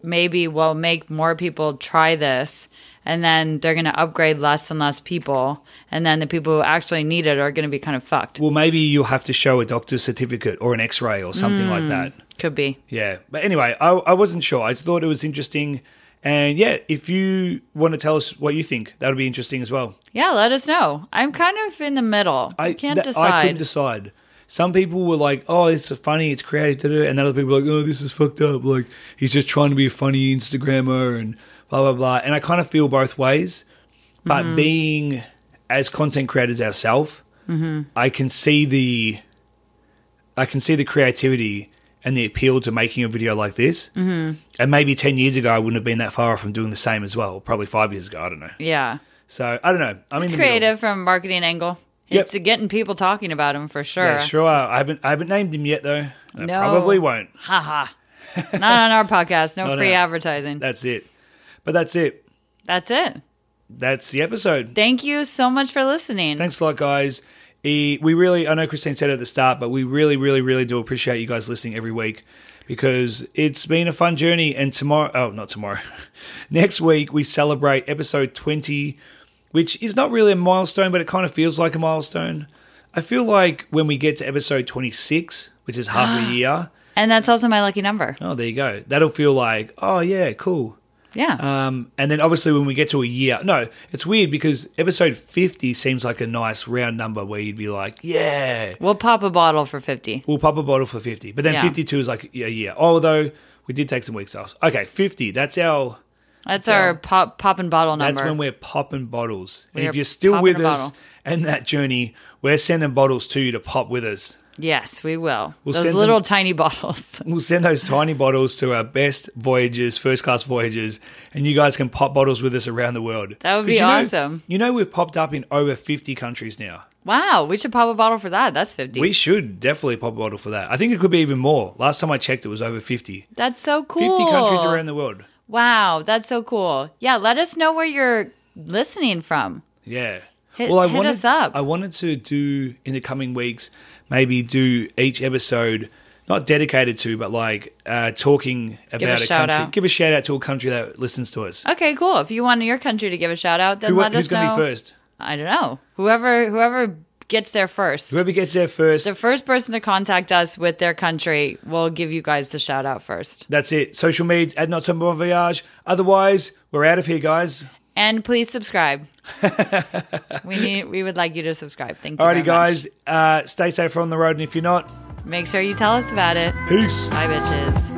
[SPEAKER 2] maybe will make more people try this and then they're going to upgrade less and less people. And then the people who actually need it are going to be kind of fucked.
[SPEAKER 1] Well, maybe you'll have to show a doctor's certificate or an x ray or something like that.
[SPEAKER 2] Could be.
[SPEAKER 1] Yeah. But anyway, I, I wasn't sure. I thought it was interesting. And yeah, if you want to tell us what you think, that would be interesting as well.
[SPEAKER 2] Yeah, let us know. I'm kind of in the middle. I can't
[SPEAKER 1] that- I
[SPEAKER 2] decide.
[SPEAKER 1] couldn't decide. Some people were like, "Oh, it's funny, it's creative," da-da," and then other people were like, "Oh, this is fucked up." Like he's just trying to be a funny Instagrammer and blah blah blah. And I kind of feel both ways, but
[SPEAKER 2] Mm-hmm.
[SPEAKER 1] being as content creators ourselves,
[SPEAKER 2] Mm-hmm.
[SPEAKER 1] I can see the I can see the creativity and the appeal to making a video like this. Mm-hmm. And maybe ten years ago, I wouldn't have been that far off from doing the same as well. Probably five years ago, I don't know.
[SPEAKER 2] Yeah.
[SPEAKER 1] So I don't know. I'm
[SPEAKER 2] It's
[SPEAKER 1] in the middle.
[SPEAKER 2] creative from a marketing angle.
[SPEAKER 1] Yep.
[SPEAKER 2] It's getting people talking about him for sure.
[SPEAKER 1] Yeah, sure. I haven't I haven't named him yet though. I
[SPEAKER 2] No.
[SPEAKER 1] probably won't.
[SPEAKER 2] Haha. Not on our podcast. No
[SPEAKER 1] Not
[SPEAKER 2] free
[SPEAKER 1] out.
[SPEAKER 2] advertising.
[SPEAKER 1] That's it. But that's it.
[SPEAKER 2] That's it.
[SPEAKER 1] That's the episode.
[SPEAKER 2] Thank you so much for listening.
[SPEAKER 1] Thanks a lot, guys. E- We really I know Christine said it at the start, but we really, really, really do appreciate you guys listening every week because it's been a fun journey. And tomorrow, oh, not tomorrow, next week we celebrate episode twenty, which is not really a milestone, but it kind of feels like a milestone. I feel like when we get to episode twenty six, which is half a year.
[SPEAKER 2] And that's also my lucky number.
[SPEAKER 1] Oh, there you go. That'll feel like, oh yeah, cool.
[SPEAKER 2] Yeah.
[SPEAKER 1] Um, and then obviously when we get to a year, no, it's weird because episode fifty seems like a nice round number where you'd be like, yeah,
[SPEAKER 2] we'll pop a bottle for 50.
[SPEAKER 1] we'll pop a bottle for fifty. But then
[SPEAKER 2] Yeah.
[SPEAKER 1] fifty-two is like a year. Although we did take some weeks off. Okay, fifty. That's our.
[SPEAKER 2] That's our pop pop and bottle number.
[SPEAKER 1] That's when we're popping bottles. And
[SPEAKER 2] We
[SPEAKER 1] if
[SPEAKER 2] are
[SPEAKER 1] you're still
[SPEAKER 2] popping
[SPEAKER 1] with
[SPEAKER 2] a
[SPEAKER 1] us
[SPEAKER 2] bottle.
[SPEAKER 1] and that journey, we're sending bottles to you to pop with us.
[SPEAKER 2] yes, we will.
[SPEAKER 1] send
[SPEAKER 2] Those
[SPEAKER 1] them-
[SPEAKER 2] little tiny bottles.
[SPEAKER 1] We'll send those tiny bottles to our best voyages, first class voyages, and you guys can pop bottles with us around the world.
[SPEAKER 2] That would
[SPEAKER 1] 'Cause
[SPEAKER 2] be
[SPEAKER 1] you know-
[SPEAKER 2] awesome.
[SPEAKER 1] you know, we've popped up in over 50 countries now.
[SPEAKER 2] wow, we should pop a bottle for that. That's 50.
[SPEAKER 1] We should definitely pop a bottle for that. I think it could be even more. Last time I checked, it was over 50.
[SPEAKER 2] that's so
[SPEAKER 1] 50
[SPEAKER 2] cool.
[SPEAKER 1] countries around the world.
[SPEAKER 2] wow, that's so cool. Yeah, let us know where you're listening from.
[SPEAKER 1] Yeah.
[SPEAKER 2] Hit-
[SPEAKER 1] I
[SPEAKER 2] hit
[SPEAKER 1] wanted,
[SPEAKER 2] us up.
[SPEAKER 1] I wanted to do in the coming weeks, maybe do each episode not dedicated to, but like uh, talking about
[SPEAKER 2] a shout
[SPEAKER 1] country.
[SPEAKER 2] out.
[SPEAKER 1] Give a shout out to a country that listens to us.
[SPEAKER 2] Okay, cool. If you want your country to give a shout out, then
[SPEAKER 1] Who,
[SPEAKER 2] let
[SPEAKER 1] who's
[SPEAKER 2] us
[SPEAKER 1] going to
[SPEAKER 2] know.
[SPEAKER 1] be first?
[SPEAKER 2] I don't know. Whoever whoever gets there first.
[SPEAKER 1] Whoever gets there first,
[SPEAKER 2] The first person to contact us with their country will give you guys the shout out first.
[SPEAKER 1] That's it. Social medias at Not Time Bon Voyage. Otherwise, we're out of here, guys.
[SPEAKER 2] And please subscribe. we need we would like you to subscribe. Thank you.
[SPEAKER 1] Alrighty,
[SPEAKER 2] very much.
[SPEAKER 1] guys. Uh, stay safe on the road, and if you're not,
[SPEAKER 2] Make sure you tell us about it.
[SPEAKER 1] peace.
[SPEAKER 2] Bye bitches.